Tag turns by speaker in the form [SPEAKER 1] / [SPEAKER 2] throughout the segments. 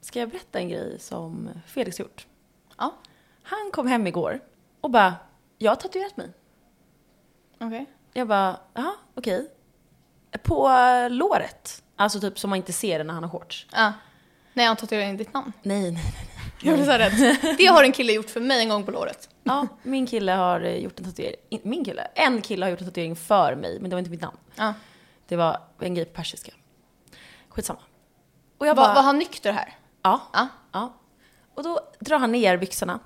[SPEAKER 1] Ska jag berätta en grej som Felix gjort?
[SPEAKER 2] Ja.
[SPEAKER 1] Han kom hem igår och bara, jag har tatuerat mig.
[SPEAKER 2] Okej.
[SPEAKER 1] Jag bara, ja, okej. På låret. Alltså typ som man inte ser det när han har shorts.
[SPEAKER 2] Ja. Nej, jag tatuerade in ditt namn.
[SPEAKER 1] Nej, nej.
[SPEAKER 2] Jag blev så här rädd. Det har en kille gjort för mig en gång på låret.
[SPEAKER 1] Ja, min kille har eh, gjort en tatuering. in- Min kille? En kille har gjort en tatuering för mig, men det var inte mitt namn.
[SPEAKER 2] Ja.
[SPEAKER 1] Det var en grej på persiska. Skitsamma. Och
[SPEAKER 2] Var,
[SPEAKER 1] jag bara,
[SPEAKER 2] var han nykter här?
[SPEAKER 1] ja.
[SPEAKER 2] Ja.
[SPEAKER 1] Ja. Och då drar han ner byxorna.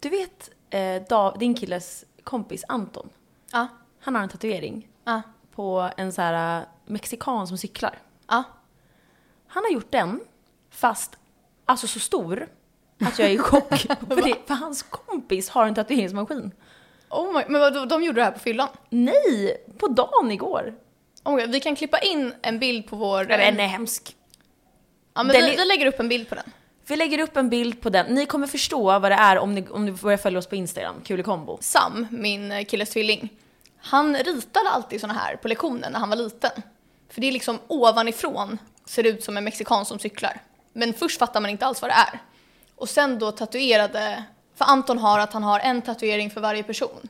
[SPEAKER 1] Du vet eh, Dav, din killes kompis Anton?
[SPEAKER 2] Ja.
[SPEAKER 1] Han har en tatuering
[SPEAKER 2] Ja.
[SPEAKER 1] på en så här eh, mexikan som cyklar.
[SPEAKER 2] Ja.
[SPEAKER 1] Han har gjort den, fast alltså så stor att jag är i chock. för, det, för hans kompis har en tatueringsmaskin.
[SPEAKER 2] Oh my, men vadå, de gjorde det här på fyllan?
[SPEAKER 1] Nej, på dagen igår.
[SPEAKER 2] Oh my God, vi kan klippa in en bild på vår... eh,
[SPEAKER 1] Nej, men den är hemsk.
[SPEAKER 2] ja, men
[SPEAKER 1] den
[SPEAKER 2] vi,
[SPEAKER 1] är-
[SPEAKER 2] vi lägger upp en bild på den.
[SPEAKER 1] Vi lägger upp en bild på den. Ni kommer förstå vad det är om ni, om ni börjar följa oss på Instagram, Kulikombo.
[SPEAKER 2] Sam, min eh, killes tvilling, han ritade alltid såna här på lektionen när han var liten. För det är liksom ovanifrån ser det ut som en mexikan som cyklar. Men först fattar man inte alls vad det är. Och sen då tatuerade, för Anton har att han har en tatuering för varje person.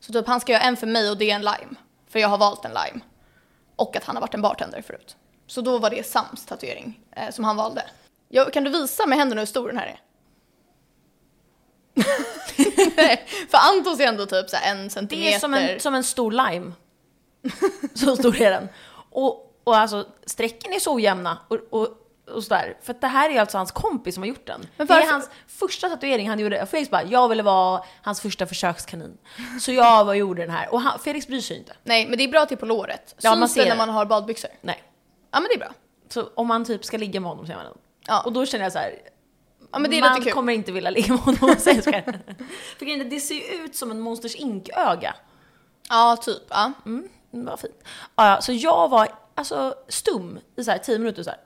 [SPEAKER 2] Så typ han ska göra en för mig och det är en lime. För jag har valt en lime. Och att han har varit en bartender förut. Så då var det Sams tatuering eh, som han valde. Jag, kan du visa med händerna hur stor den här är? Nej, för Antons är ändå typ så här en centimeter.
[SPEAKER 1] Det är som en, typ- som en stor lime. Så stor är den. Och, och alltså strecken är så ojämna och, och, och sådär. För att det här är alltså hans kompis som har gjort den.
[SPEAKER 2] Men
[SPEAKER 1] det är
[SPEAKER 2] varför-
[SPEAKER 1] hans första tatuering han gjorde. Felix bara, jag ville vara hans första försökskanin. Så jag var, gjorde den här. Och han, Felix bryr sig inte.
[SPEAKER 2] Nej, men det är bra att det är på låret.
[SPEAKER 1] Ja,
[SPEAKER 2] Syns
[SPEAKER 1] man ser
[SPEAKER 2] det när
[SPEAKER 1] det.
[SPEAKER 2] man har badbyxor?
[SPEAKER 1] Nej.
[SPEAKER 2] Ja, men det är bra.
[SPEAKER 1] Så om man typ ska ligga med honom så gör man den.
[SPEAKER 2] Ja.
[SPEAKER 1] Och då känner jag så här,
[SPEAKER 2] Ja, men det är
[SPEAKER 1] man
[SPEAKER 2] lite kul.
[SPEAKER 1] kommer inte vilja ligga med honom. Så jag ska- För grejen är, det ser ju ut som en Monsters Inc-öga.
[SPEAKER 2] Ja, typ. Ja.
[SPEAKER 1] Mm, vad fint. Ja, ja, så jag var alltså, stum i så här, tio minuter så här,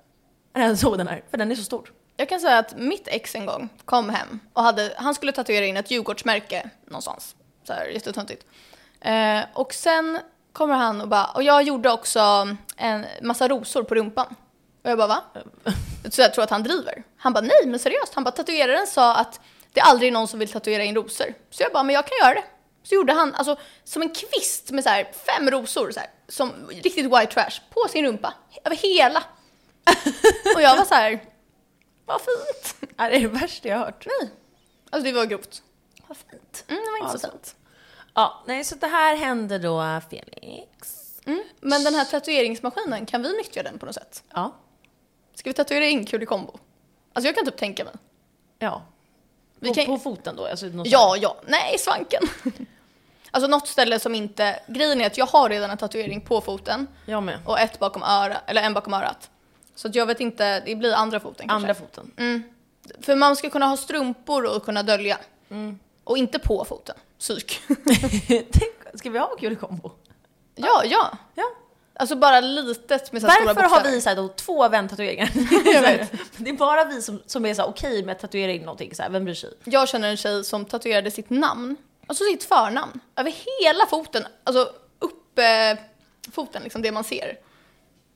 [SPEAKER 1] när jag såg den här, för den är så stor.
[SPEAKER 2] Jag kan säga att mitt ex en gång kom hem och hade, han skulle tatuera in ett Djurgårdsmärke någonstans. Så här jättetöntigt. Eh, och sen kommer han och bara, och jag gjorde också en massa rosor på rumpan. Och jag bara va? Så jag tror att han driver. Han bara nej men seriöst, han bara tatueraren sa att det är aldrig någon som vill tatuera in rosor. Så jag bara men jag kan göra det. Så gjorde han alltså som en kvist med så här fem rosor så här, som riktigt white trash på sin rumpa över hela. Och jag var så här vad fint.
[SPEAKER 1] Ja, det är det värsta jag har hört.
[SPEAKER 2] Nej. Alltså det var grovt.
[SPEAKER 1] Vad fint.
[SPEAKER 2] Mm, det var inte
[SPEAKER 1] Ja,
[SPEAKER 2] så
[SPEAKER 1] så.
[SPEAKER 2] fint.
[SPEAKER 1] Ja, nej, så det här hände då Felix.
[SPEAKER 2] Mm. Men den här tatueringsmaskinen, kan vi nyttja den på något sätt?
[SPEAKER 1] Ja.
[SPEAKER 2] Ska vi tatuera in kul i kombo? Alltså jag kan typ tänka mig.
[SPEAKER 1] Ja.
[SPEAKER 2] Vi
[SPEAKER 1] på,
[SPEAKER 2] kan-
[SPEAKER 1] på foten då? Alltså, något
[SPEAKER 2] Ja, ja, nej, svanken. alltså något ställe som inte... Grejen är att jag har redan en tatuering på foten
[SPEAKER 1] sånt. Jag med.
[SPEAKER 2] och ett bakom öra, eller en bakom örat. Så att jag vet inte, det blir andra foten kanske. Mm.
[SPEAKER 1] Andra foten.
[SPEAKER 2] För man ska kunna ha strumpor och kunna dölja.
[SPEAKER 1] Mm.
[SPEAKER 2] Och inte på foten. Psyk.
[SPEAKER 1] Tänk, ska vi ha kulikombo?
[SPEAKER 2] ja, ja.
[SPEAKER 1] Ja.
[SPEAKER 2] Alltså bara litet med så här
[SPEAKER 1] Varför
[SPEAKER 2] stora
[SPEAKER 1] har
[SPEAKER 2] bokstäver.
[SPEAKER 1] vi så här, då, två väntatueringar?
[SPEAKER 2] Jag vet.
[SPEAKER 1] det är bara vi som, som är så här, okej med att tatuera in någonting, så här, vem bryr sig?
[SPEAKER 2] Jag känner en tjej som tatuerade sitt namn, alltså sitt förnamn, över hela foten. Alltså uppe eh, foten, liksom det man ser.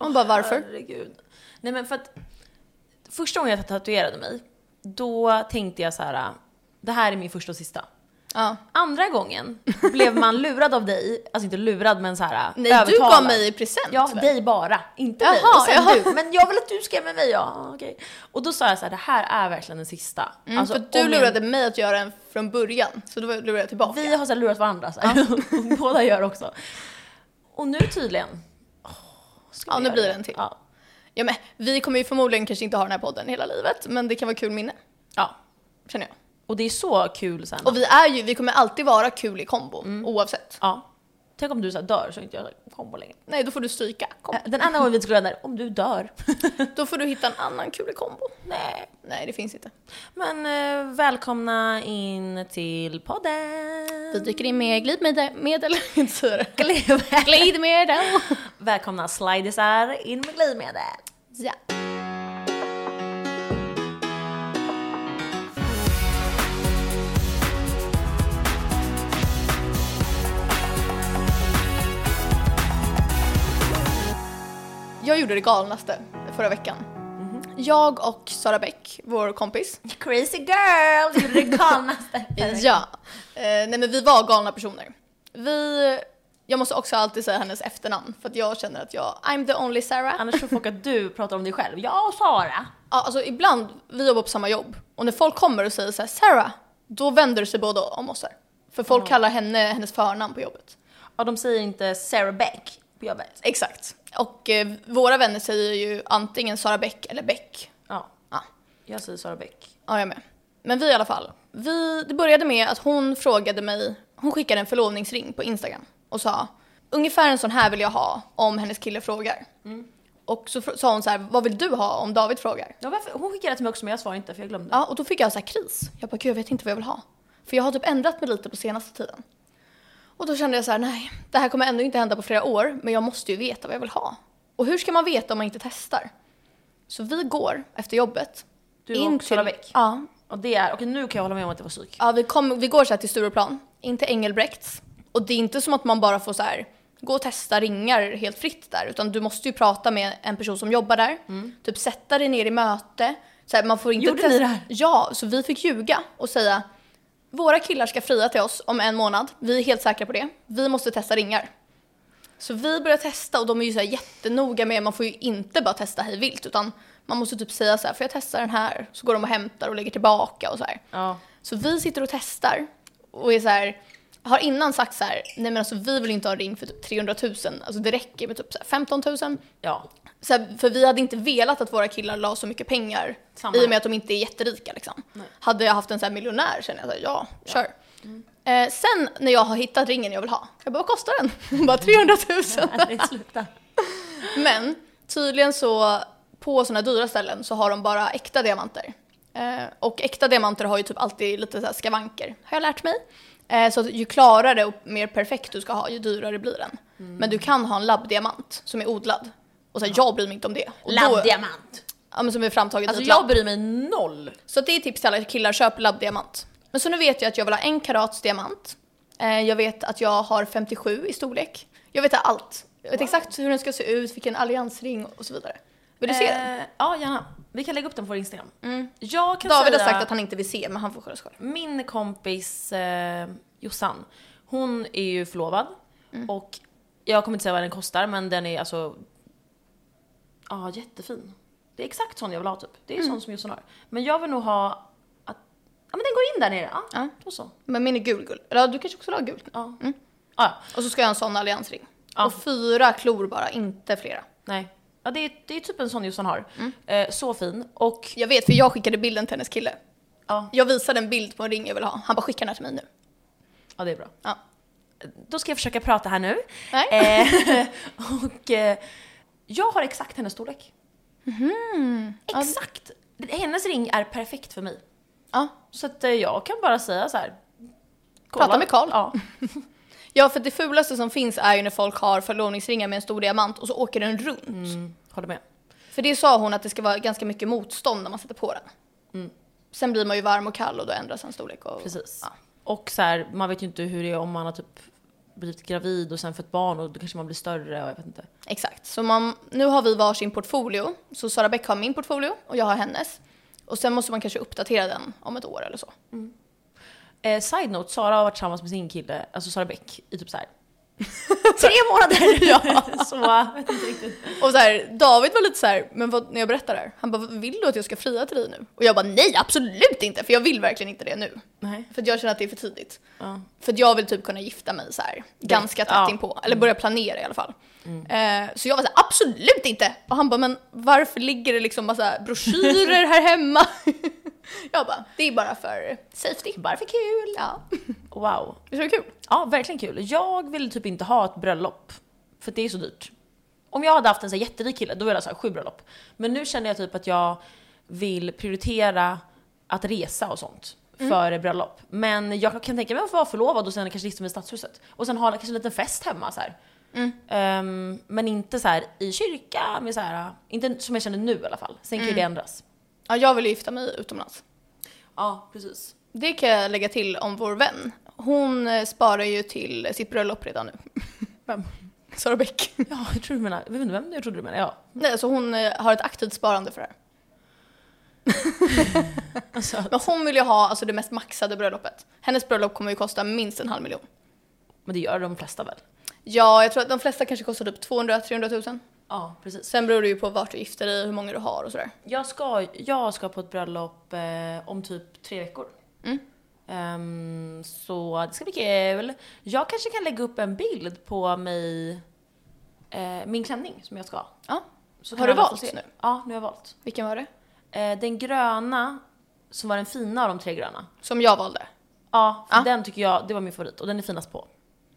[SPEAKER 2] Man bara varför?
[SPEAKER 1] Herregud. Nej men för att första gången jag tatuerade mig, då tänkte jag så här, äh, det här är min första och sista.
[SPEAKER 2] Ja.
[SPEAKER 1] Andra gången blev man lurad av dig, alltså inte lurad men så här äh,
[SPEAKER 2] Nej, du
[SPEAKER 1] övertalad.
[SPEAKER 2] gav mig i present.
[SPEAKER 1] Ja,
[SPEAKER 2] väl?
[SPEAKER 1] dig bara. Inte mig.
[SPEAKER 2] Jaha,
[SPEAKER 1] Och sen
[SPEAKER 2] jaha.
[SPEAKER 1] du. Men jag vill att du ska med mig. Ja, okej. Och då sa jag så här, det här är verkligen den sista.
[SPEAKER 2] Mm,
[SPEAKER 1] Alltså,
[SPEAKER 2] för du
[SPEAKER 1] om
[SPEAKER 2] lurade mig att göra en från början, så då lurade jag tillbaka.
[SPEAKER 1] Vi har så här lurat varandra så här. Och Båda gör också. Och nu tydligen. Åh, ska
[SPEAKER 2] Ja,
[SPEAKER 1] vi
[SPEAKER 2] nu
[SPEAKER 1] göra
[SPEAKER 2] blir det en till.
[SPEAKER 1] Ja.
[SPEAKER 2] Ja, men, vi kommer ju förmodligen kanske inte ha den här podden hela livet, men det kan vara kul minne,
[SPEAKER 1] ja.
[SPEAKER 2] känner jag.
[SPEAKER 1] Och det är så kul sen.
[SPEAKER 2] Och vi är ju, vi kommer alltid vara kul i kombo,
[SPEAKER 1] Mm.
[SPEAKER 2] oavsett.
[SPEAKER 1] Ja. Tänk om du så här dör så inte jag kombo längre.
[SPEAKER 2] Nej, då får du stryka. Kom.
[SPEAKER 1] Äh, Den andra gången vi skulle göra den där, om du dör.
[SPEAKER 2] Då får du hitta en annan kul i kombo.
[SPEAKER 1] Nej.
[SPEAKER 2] Nej, det finns inte.
[SPEAKER 1] Men eh, välkomna in till podden.
[SPEAKER 2] Vi dyker in med glidmedel, medel, inte så är det.
[SPEAKER 1] Glidmedel.
[SPEAKER 2] Glidmedel!
[SPEAKER 1] Välkomna slidisar in med glidmedel.
[SPEAKER 2] Ja. Jag gjorde det galnaste förra veckan. Jag och Sara Bäck, vår kompis.
[SPEAKER 1] Crazy girl! Gjorde det galnaste.
[SPEAKER 2] Ja. Eh, nej men vi var galna personer. Vi, jag måste också alltid säga hennes efternamn för att jag känner att jag, I'm the only Sarah.
[SPEAKER 1] Annars tror folk att du pratar om dig själv. Jag och Sara.
[SPEAKER 2] Ja, alltså ibland, vi jobbar på samma jobb och när folk kommer och säger så här, Sarah, då vänder det sig båda om oss här. För folk kallar henne hennes förnamn på jobbet.
[SPEAKER 1] Ja, de säger inte Sarah Beck på jobbet.
[SPEAKER 2] Exakt. Och eh, våra vänner säger ju antingen Sara Bäck eller Bäck.
[SPEAKER 1] Ja,
[SPEAKER 2] Ja,
[SPEAKER 1] jag säger Sara Beck.
[SPEAKER 2] ja, jag med. Men vi i alla fall. Vi, det började med att hon frågade mig, hon skickade en förlovningsring på Instagram och sa ungefär en sån här vill jag ha om hennes kille frågar.
[SPEAKER 1] Mm.
[SPEAKER 2] Och så fr- sa hon så här, vad vill du ha om David frågar?
[SPEAKER 1] Ja, varför? Hon skickade till mig också men jag svarade inte för jag glömde.
[SPEAKER 2] Ja, och då fick jag så här kris. Jag bara, gud jag vet inte vad jag vill ha. För jag har typ ändrat mig lite på senaste tiden. Och då kände jag så här, nej, det här kommer ändå inte hända på flera år, men jag måste ju veta vad jag vill ha. Och hur ska man veta om man inte testar? Så vi går efter jobbet.
[SPEAKER 1] Du och Sara Bäck?
[SPEAKER 2] Ja.
[SPEAKER 1] Och det är, okej nu kan jag hålla med om att det var psyk.
[SPEAKER 2] ja vi, kom, vi går så här till Stureplan, inte Engelbrekts. Och det är inte som att man bara får så här, gå och testa ringar helt fritt där, utan du måste ju prata med en person som jobbar där. Typ sätta dig ner i möte. Så här, man får inte
[SPEAKER 1] Mm. Gjorde ni det här?
[SPEAKER 2] Ja, så vi fick ljuga och säga våra killar ska fria till oss om en månad. Vi är helt säkra på det. Vi måste testa ringar. Så vi började testa och de är ju så här jättenoga med, man får ju inte bara testa hej vilt utan man måste typ säga så här, får jag testa den här? Så går de och hämtar och lägger tillbaka och så här.
[SPEAKER 1] Ja.
[SPEAKER 2] Så vi sitter och testar och är så här, har innan sagt så här, nej men alltså vi vill inte ha en ring för typ 300 000, alltså det räcker med typ så här 15 000.
[SPEAKER 1] Ja.
[SPEAKER 2] Så här, för vi hade inte velat att våra killar la så mycket pengar
[SPEAKER 1] Samma
[SPEAKER 2] i
[SPEAKER 1] här.
[SPEAKER 2] och med att de inte är jätterika liksom.
[SPEAKER 1] Nej. Mm.
[SPEAKER 2] Hade jag haft en sån här miljonär känner jag så här, ja, kör. Eh, sen när jag har hittat ringen jag vill ha, jag bara vad kostar den? Hon bara 300 000.
[SPEAKER 1] Nej, sluta.
[SPEAKER 2] Men tydligen så på sådana dyra ställen så har de bara äkta diamanter. Eh, och äkta diamanter har ju typ alltid lite så här skavanker, har jag lärt mig. Eh, så att ju klarare och mer perfekt du ska ha, ju dyrare blir den.
[SPEAKER 1] Mm.
[SPEAKER 2] Men du kan ha en labbdiamant som är odlad. Och så här, jag bryr mig inte om det. Och då-
[SPEAKER 1] Labbdiamant.
[SPEAKER 2] Ja men som är framtaget
[SPEAKER 1] Alltså
[SPEAKER 2] i ett labb.
[SPEAKER 1] jag bryr mig noll.
[SPEAKER 2] Så det är tips till alla killar, köp labbdiamant. Men så nu vet jag att jag vill ha en karats diamant. Eh, jag vet att jag har 57 i storlek. Jag vet allt. Jag vet exakt hur den ska se ut, vilken alliansring och så vidare. Vill du se den? Mm.
[SPEAKER 1] Eh, Ja, gärna. Vi kan lägga upp den på vår Instagram. Jag kan
[SPEAKER 2] David
[SPEAKER 1] säga...
[SPEAKER 2] har sagt att han inte vill se, men han får sköta sig själv.
[SPEAKER 1] min kompis eh, Jossan, hon är ju förlovad
[SPEAKER 2] Mm.
[SPEAKER 1] och jag kommer inte säga vad den kostar men den är alltså, ja jättefin. Det är exakt sån jag vill ha typ. Det är
[SPEAKER 2] Mm.
[SPEAKER 1] sån som Jossan har. Men jag vill nog ha att, ja men den går in där nere. Ja,
[SPEAKER 2] Ja.
[SPEAKER 1] då så.
[SPEAKER 2] Men min är gul, gul. Eller ja, du kanske också vill ha gul?
[SPEAKER 1] Ja. Ja, ja.
[SPEAKER 2] Och så ska jag ha en sån alliansring.
[SPEAKER 1] Ja.
[SPEAKER 2] Och fyra klor bara, inte flera.
[SPEAKER 1] nej. Ja det är, det är typ en sån Jossan har.
[SPEAKER 2] Mm.
[SPEAKER 1] Eh, så fin och,
[SPEAKER 2] Jag vet, för jag skickade bilden till hennes kille.
[SPEAKER 1] ja,
[SPEAKER 2] Jag visade en bild på en ring jag vill ha. Han bara, skicka den här till mig nu.
[SPEAKER 1] ja det är bra.
[SPEAKER 2] Ja.
[SPEAKER 1] Då ska jag försöka prata här nu.
[SPEAKER 2] Nej?
[SPEAKER 1] Eh, och eh, jag har exakt hennes storlek. Mhm. Exakt! Hennes ring är perfekt för mig.
[SPEAKER 2] Ja.
[SPEAKER 1] Så att eh, jag kan bara säga så här. kolla.
[SPEAKER 2] Prata med Karl.
[SPEAKER 1] Ja.
[SPEAKER 2] Ja, för det fulaste som finns är ju när folk har förlovningsringar med en stor diamant och så åker den runt.
[SPEAKER 1] Mm. Håller med.
[SPEAKER 2] För det sa hon att det ska vara ganska mycket motstånd när man sätter på den. Sen blir man ju varm och kall och då ändras den storlek. Och...
[SPEAKER 1] Mm. Precis.
[SPEAKER 2] Ja.
[SPEAKER 1] Och så här, man vet ju inte hur det är om man har typ blivit gravid och sen fött barn och då kanske man blir större och jag vet inte.
[SPEAKER 2] Exakt. Så man, nu har vi varsin portfolio. Så Sara Bäck har min portfolio och jag har hennes. Och sen måste man kanske uppdatera den om ett år eller så.
[SPEAKER 1] Eh, side note, Sara har varit tillsammans med sin kille, alltså Sara Bäck, i typ så här. Tre månader! ja. Så, jag vet inte riktigt.
[SPEAKER 2] Och så här, David var lite så här, men vad, när jag berättar det här, han bara vill du att jag ska fria till dig nu? Och jag bara nej absolut inte för jag vill verkligen inte det nu.
[SPEAKER 1] Nej.
[SPEAKER 2] För att jag känner att det är för tidigt.
[SPEAKER 1] Ja.
[SPEAKER 2] För att jag vill typ kunna gifta mig så här ganska tätt
[SPEAKER 1] ja.
[SPEAKER 2] inpå, eller börja planera i alla fall. Eh, så jag var så här, absolut inte! Och han bara, men varför ligger det liksom massa broschyrer här hemma? jag bara, det är bara för safety. Bara för kul! Ja.
[SPEAKER 1] Wow.
[SPEAKER 2] Visst var det kul?
[SPEAKER 1] Ja, verkligen kul. Jag vill typ inte ha ett bröllop, för det är så dyrt. Om jag hade haft en så här jätterik kille, då ville jag ha så här sju bröllop. Men nu känner jag typ att jag vill prioritera att resa och sånt före bröllop. Men jag kan tänka mig att vara förlovad och sen kanske gifta mig i stadshuset. Och sen ha kanske en liten fest hemma så här.
[SPEAKER 2] Mm.
[SPEAKER 1] Ehm, men inte så här i kyrka, med så här, inte som jag känner nu i alla fall. Sen kan ju det ändras.
[SPEAKER 2] Ja, jag vill ju gifta mig utomlands.
[SPEAKER 1] Ja, precis.
[SPEAKER 2] Det kan jag lägga till om vår vän. Hon eh, sparar ju till sitt bröllop redan nu.
[SPEAKER 1] Vem?
[SPEAKER 2] Sara Bäck.
[SPEAKER 1] Ja, jag tror du menar, jag vet inte vem jag trodde du menade, ja.
[SPEAKER 2] Nej, så hon eh, har ett aktivt sparande för det här.
[SPEAKER 1] Alltså,
[SPEAKER 2] Men hon vill ju ha alltså, det mest maxade bröllopet. Hennes bröllop kommer ju kosta minst en halv miljon.
[SPEAKER 1] men det gör de flesta väl?
[SPEAKER 2] Ja, jag tror att de flesta kanske kostar typ 200-300 tusen.
[SPEAKER 1] Ja, precis.
[SPEAKER 2] Sen beror det ju på vart du gifter dig, hur många du har och sådär.
[SPEAKER 1] Jag ska, jag ska på ett bröllop eh, om typ tre veckor.
[SPEAKER 2] Mm.
[SPEAKER 1] Ehm, så det ska bli kul. Jag kanske kan lägga upp en bild på mig, eh, min klänning som jag ska ha.
[SPEAKER 2] Ja.
[SPEAKER 1] Så
[SPEAKER 2] Har
[SPEAKER 1] kan
[SPEAKER 2] du
[SPEAKER 1] alla få
[SPEAKER 2] valt
[SPEAKER 1] se.
[SPEAKER 2] nu?
[SPEAKER 1] Ja, nu har jag valt.
[SPEAKER 2] Vilken var det?
[SPEAKER 1] Eh, den gröna, som var den fina av de tre gröna.
[SPEAKER 2] Som jag valde.
[SPEAKER 1] Ja, för
[SPEAKER 2] Ja.
[SPEAKER 1] den tycker jag, det var min favorit och den är finast på.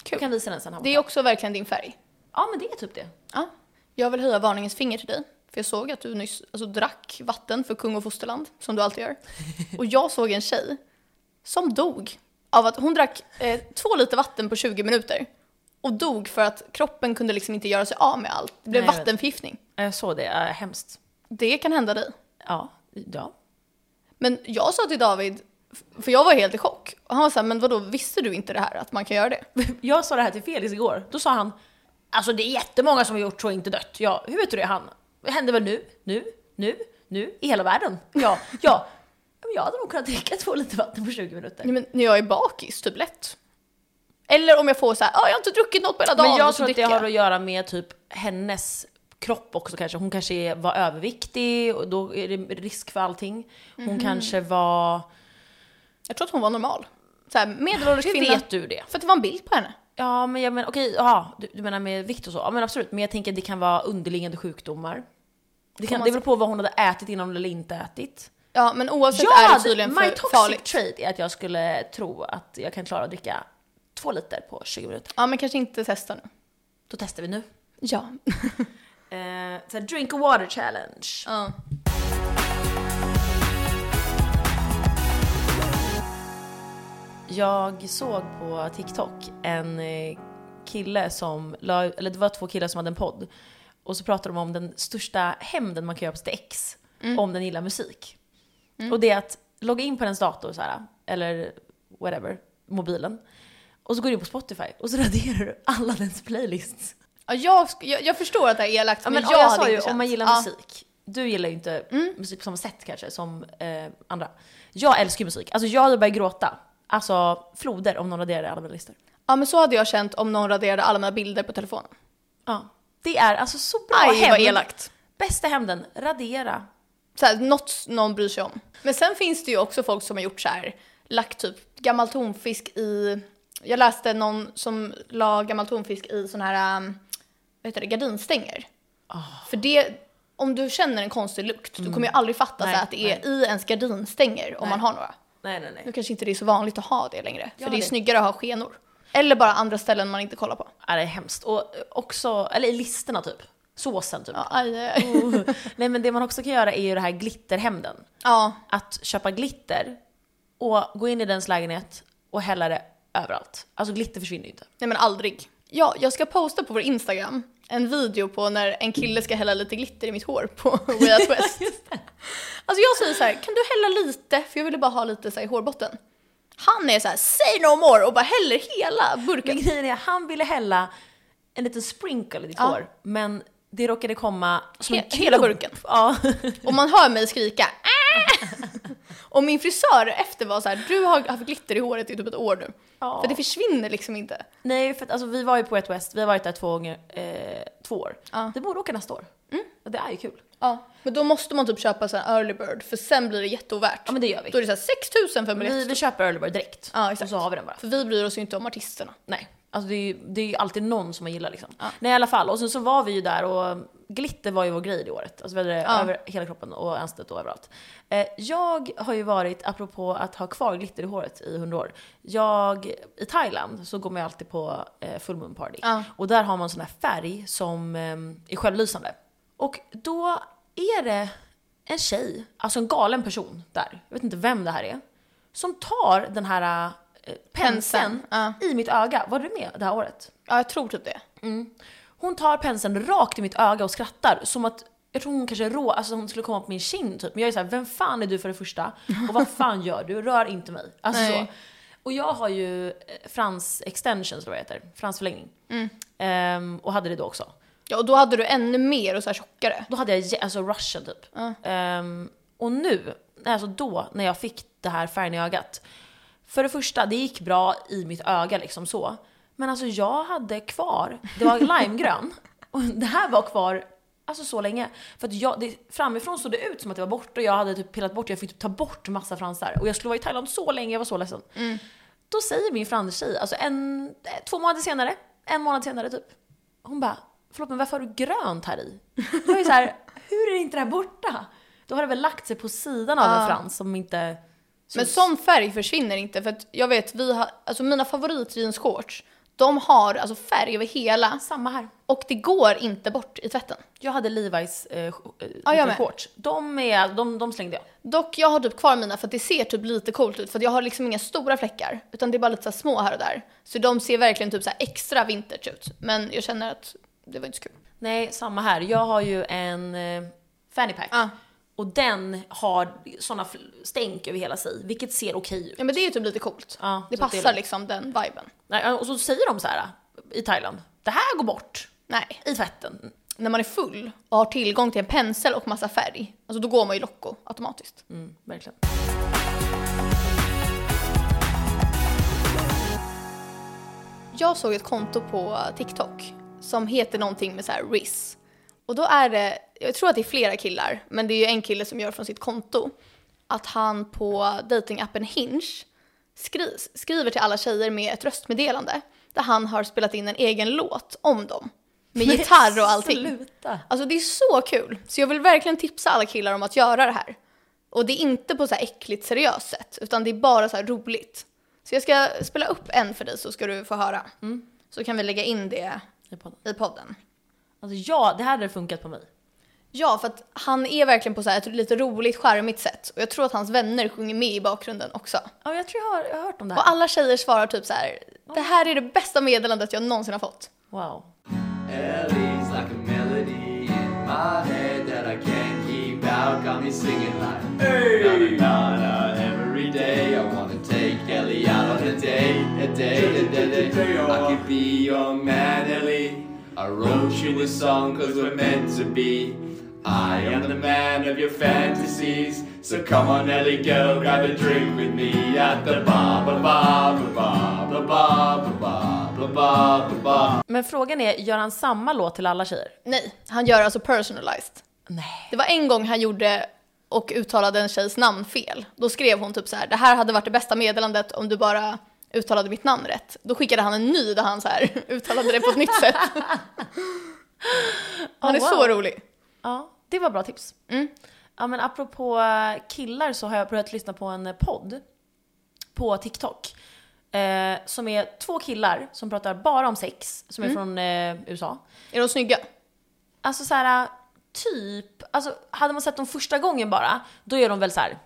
[SPEAKER 2] Kul.
[SPEAKER 1] Jag kan visa den sen här
[SPEAKER 2] Det är också verkligen din färg.
[SPEAKER 1] Ja men det är typ det.
[SPEAKER 2] Ja. Jag vill höja varningens finger till dig. För jag såg att du nyss alltså, drack vatten för kung och fosterland, som du alltid gör. Och jag såg en tjej som dog av att hon drack eh, två liter vatten på 20 minuter. Och dog för att kroppen kunde liksom inte göra sig av med allt. Det blev
[SPEAKER 1] Nej, jag vet.
[SPEAKER 2] vattenförgiftning.
[SPEAKER 1] Jag såg det,
[SPEAKER 2] eh,
[SPEAKER 1] äh, hemskt.
[SPEAKER 2] Det kan hända dig.
[SPEAKER 1] Ja, ja.
[SPEAKER 2] Men jag sa till David, f- för jag var helt i chock. Och han var såhär, men vadå visste du inte det här att man kan göra det?
[SPEAKER 1] Jag sa det här till Felix igår, då sa han Alltså det är jättemånga som har gjort så och inte dött. Ja, hur vet du det han? Det händer väl nu, nu, nu, nu, i hela världen. Ja, ja. Men Jag hade nog kunnat dricka två liter vatten på 20 minuter.
[SPEAKER 2] Nej, men när jag är bakis, typ lätt. Eller om jag får såhär, "Ah, jag har inte druckit något på hela dagen.
[SPEAKER 1] Men
[SPEAKER 2] och
[SPEAKER 1] jag
[SPEAKER 2] så
[SPEAKER 1] tror att det
[SPEAKER 2] dricker jag.
[SPEAKER 1] har att göra med typ hennes kropp också kanske. Hon kanske är- var överviktig och då är det risk för allting. Hon kanske var...
[SPEAKER 2] Jag tror att hon var normal. Så här, medelålders
[SPEAKER 1] Hur
[SPEAKER 2] kvinna.
[SPEAKER 1] vet du det?
[SPEAKER 2] För att det var en bild på henne.
[SPEAKER 1] Ja men jag menar, okej, ja, du, du menar med vikt och så. Ja men absolut, men jag tänker att det kan vara underliggande sjukdomar. Det, kan,
[SPEAKER 2] man
[SPEAKER 1] det beror på vad hon hade ätit innan eller inte ätit.
[SPEAKER 2] Ja, men oavsett
[SPEAKER 1] Jag
[SPEAKER 2] är det
[SPEAKER 1] hade,
[SPEAKER 2] tydligen
[SPEAKER 1] my
[SPEAKER 2] för
[SPEAKER 1] toxic
[SPEAKER 2] farligt.
[SPEAKER 1] trait är att jag skulle tro att jag kan klara att dricka två liter på 20 minuter.
[SPEAKER 2] Ja, men kanske inte testa nu.
[SPEAKER 1] Då testar vi nu.
[SPEAKER 2] Ja.
[SPEAKER 1] Eh, så här, drink a water challenge.
[SPEAKER 2] Ja.
[SPEAKER 1] Jag såg på TikTok en eh, kille som la, eller det var två killar som hade en podd. Och så pratade de om den största hämnden man kan göra på sitt ex
[SPEAKER 2] Mm.
[SPEAKER 1] om den gillar musik. Och det är att logga in på ens dator så här, eller whatever, mobilen. Och så går du in på Spotify och så raderar du alla dens playlists.
[SPEAKER 2] Ja, jag, sk- jag, jag förstår att det är elakt,
[SPEAKER 1] Ja,
[SPEAKER 2] men,
[SPEAKER 1] men
[SPEAKER 2] jag,
[SPEAKER 1] jag,
[SPEAKER 2] hade
[SPEAKER 1] sa ju
[SPEAKER 2] inte känt.
[SPEAKER 1] om man gillar
[SPEAKER 2] Ja. Mm.
[SPEAKER 1] musik. Du gillar ju inte musik på samma sätt kanske som eh, andra. Jag älskar ju musik. Alltså jag hade börjat gråta. Alltså floder om någon raderade alla mina listor.
[SPEAKER 2] Ja, men så hade jag känt om någon raderade alla mina bilder på telefonen.
[SPEAKER 1] Ja. Det är alltså så bra
[SPEAKER 2] Aj, vad
[SPEAKER 1] hämnd.
[SPEAKER 2] elakt.
[SPEAKER 1] Bästa hämnden, radera.
[SPEAKER 2] Så här, något någon bryr sig om. Men sen finns det ju också folk som har gjort så här, lagt typ gammal tonfisk i... Jag läste någon som la gammal tonfisk i sån här, um, vad heter det, gardinstänger. För det, om du känner en konstig lukt, du kommer ju aldrig fatta
[SPEAKER 1] Nej,
[SPEAKER 2] så här, att det är i ens gardinstänger
[SPEAKER 1] Nej.
[SPEAKER 2] om man har några.
[SPEAKER 1] Nej, nej,
[SPEAKER 2] Nu
[SPEAKER 1] nej.
[SPEAKER 2] kanske inte det är så vanligt att ha det längre,
[SPEAKER 1] Ja,
[SPEAKER 2] för det är
[SPEAKER 1] det-
[SPEAKER 2] snyggare att ha skenor. Eller bara andra ställen man inte kollar på.
[SPEAKER 1] Ja, Äh, det är hemskt. Och eh, också, eller i listerna typ. Såsen typ.
[SPEAKER 2] Ja, aj, aj, aj.
[SPEAKER 1] nej men det man också kan göra är ju det här glitterhämnden.
[SPEAKER 2] ja.
[SPEAKER 1] Att köpa glitter och gå in i dens lägenhet och hälla det överallt. Alltså glitter försvinner ju inte.
[SPEAKER 2] Nej men aldrig. Ja, jag ska posta på vår Instagram en video på när en kille ska hälla lite glitter i mitt hår på Way Out West. Alltså jag säger så här, kan du hälla lite? För jag ville bara ha lite så här i hårbotten. Han är så här, say no more och bara häller hela
[SPEAKER 1] Men
[SPEAKER 2] burken.
[SPEAKER 1] grejen är, han ville hälla en liten sprinkle i ditt
[SPEAKER 2] Ja.
[SPEAKER 1] hår, men det råkade komma som en typ
[SPEAKER 2] He- hela
[SPEAKER 1] klump.
[SPEAKER 2] burken.
[SPEAKER 1] Ja.
[SPEAKER 2] Och man hör mig skrika "Ah!" Och min frisör efter var så här, du har haft glitter i håret i typ ett år nu.
[SPEAKER 1] Ja.
[SPEAKER 2] För det försvinner liksom inte.
[SPEAKER 1] Nej, för att, alltså, vi var ju på ett West, vi har varit där två gånger, eh, två år.
[SPEAKER 2] Ja. Mm.
[SPEAKER 1] Det borde åka nästa år. Och det är ju kul.
[SPEAKER 2] Ja. Men då måste man typ köpa så här early bird för sen blir det jätteovärt.
[SPEAKER 1] Ja men det gör vi.
[SPEAKER 2] Då är det så här 6 000 för en biljett.
[SPEAKER 1] Vi, vi köper Early Bird direkt.
[SPEAKER 2] Ja, exakt.
[SPEAKER 1] Och så har vi den bara.
[SPEAKER 2] För vi bryr oss ju inte om artisterna.
[SPEAKER 1] Nej. Alltså det är, ju, det är ju alltid någon som man gillar liksom. Nej i alla fall, och sen så var vi ju där och glitter var ju vår grej det året. Alltså vi hade det
[SPEAKER 2] Ja.
[SPEAKER 1] över hela kroppen och ansiktet och överallt. Eh, jag har ju varit, apropå att ha kvar glitter i håret i hundra år. Jag, i Thailand så går man ju alltid på eh, full moon party.
[SPEAKER 2] Ja.
[SPEAKER 1] Och där har man sån här färg som eh, är självlysande. Och då är det en tjej, alltså en galen person där, jag vet inte vem det här är, som tar den här eh, penseln
[SPEAKER 2] Penseln, ja.
[SPEAKER 1] i mitt öga. Var du med det här året?
[SPEAKER 2] Ja, jag tror typ det.
[SPEAKER 1] Hon tar penseln rakt i mitt öga och skrattar som att jag tror hon kanske är rå, alltså hon skulle komma på min kind typ. Men jag är såhär, vem fan är du för det första? Och vad fan gör du? Rör inte mig. Alltså så.
[SPEAKER 2] Nej.
[SPEAKER 1] Och jag har ju eh, frans extensions, vad det heter, frans förlängning. Ehm, och hade det då också.
[SPEAKER 2] Ja, och då hade du ännu mer och så här tjockare.
[SPEAKER 1] Då hade jag, jä- alltså russian typ. Ehm, Och nu, alltså då, när jag fick det här färgen i ögat. För det första, det gick bra i mitt öga liksom så. Men alltså jag hade kvar, det var limegrön. Och det här var kvar alltså så länge. För att jag, det, framifrån såg det ut som att det var borta och jag hade typ pillat bort Jag fick typ ta bort massa fransar. Och jag skulle vara i Thailand så länge, jag var så ledsen. Då säger min franstjej, alltså en, eh, två månader senare, en månad senare typ. Hon bara, förlåt men varför har du grönt här i? Då var jag så här, hur är det inte det här borta? Då har det väl lagt sig på sidan av en frans som inte...
[SPEAKER 2] Men
[SPEAKER 1] syns.
[SPEAKER 2] sån färg försvinner inte för att jag vet, vi har, alltså mina favoritjeansshorts, de har alltså färg över hela
[SPEAKER 1] Samma här.
[SPEAKER 2] och det går inte bort i tvätten.
[SPEAKER 1] Jag hade Levi's eh,
[SPEAKER 2] Ja, jag
[SPEAKER 1] ja,
[SPEAKER 2] med.
[SPEAKER 1] shorts. De, är, de, de slängde jag.
[SPEAKER 2] Dock, jag har typ kvar mina för att det ser typ lite coolt ut för att jag har liksom inga stora fläckar utan det är bara lite så här små här och där. Så de ser verkligen typ så här extra vintage ut. Men jag känner att det var inte så kul.
[SPEAKER 1] Nej, samma här. Jag har ju en eh, fanny pack.
[SPEAKER 2] Ja.
[SPEAKER 1] Och den har såna fl- stänk över hela sig, vilket ser okej ut.
[SPEAKER 2] Ja men det är ju typ lite coolt.
[SPEAKER 1] Ja,
[SPEAKER 2] det
[SPEAKER 1] så att det är
[SPEAKER 2] passar
[SPEAKER 1] lugnt.
[SPEAKER 2] liksom den viben.
[SPEAKER 1] Nej, Och så säger de så här eh, i Thailand, det här går bort
[SPEAKER 2] Nej.
[SPEAKER 1] i tvätten.
[SPEAKER 2] När man är full och har tillgång till en pensel och massa färg, alltså då går man ju Loco automatiskt.
[SPEAKER 1] Mm, verkligen.
[SPEAKER 2] Jag såg ett konto på TikTok som heter någonting med så här Riz. Och då är det, jag tror att det är flera killar, men det är ju en kille som gör från sitt konto att han på datingappen Hinge skri skriver till alla tjejer med ett röstmeddelande där han har spelat in en egen låt om dem. Med gitarr och allting.
[SPEAKER 1] Sluta.
[SPEAKER 2] Alltså det är så kul. Så jag vill verkligen tipsa alla killar om att göra det här. Och det är inte på så här äckligt seriöst sätt, utan det är bara så här roligt. Så jag ska spela upp en för dig så ska du få höra. Så kan vi lägga in det
[SPEAKER 1] I podden.
[SPEAKER 2] i podden.
[SPEAKER 1] Alltså ja, det här hade funkat på mig.
[SPEAKER 2] Ja, för att han är verkligen på så här ett lite roligt, charmigt sätt. Och jag tror att hans vänner sjunger med i bakgrunden också.
[SPEAKER 1] Ja, jag tror jag har, jag har hört om det här.
[SPEAKER 2] Och alla tjejer svarar typ så här, det här är det bästa meddelandet jag någonsin har fått.
[SPEAKER 1] Wow.
[SPEAKER 3] Ellie's like a melody in my head that I can't keep out. Got me singing like hey. na na na every day. I wanna take Ellie out on a date, a date, a date. A date. I could be your man, Ellie. I wrote you this song cause we're meant to be. I am the man of your fantasies. So come on, Ellie, girl, grab a drink with me at the bar, ba ba ba ba ba ba ba ba ba ba ba.
[SPEAKER 1] Men frågan är, gör han samma låt till alla tjejer?
[SPEAKER 2] Nej, han gör alltså personalized.
[SPEAKER 1] Nej.
[SPEAKER 2] Det var en gång han gjorde och uttalade en tjejs namn fel. Då skrev hon typ så här: det här hade varit det bästa meddelandet om du bara uttalade mitt namn rätt. Då skickade han en ny där han så här uttalade det på ett nytt sätt. Han är
[SPEAKER 1] Oh,
[SPEAKER 2] så
[SPEAKER 1] wow.
[SPEAKER 2] rolig.
[SPEAKER 1] Ja, det var bra tips.
[SPEAKER 2] Mm.
[SPEAKER 1] Ja men apropå eh, killar så har jag börjat lyssna på en eh, podd på TikTok. Eh, som är två killar som pratar bara om sex, som är
[SPEAKER 2] Mm.
[SPEAKER 1] från eh, USA.
[SPEAKER 2] Är de snygga?
[SPEAKER 1] Alltså så här typ, alltså hade man sett dem första gången bara, då är de väl så här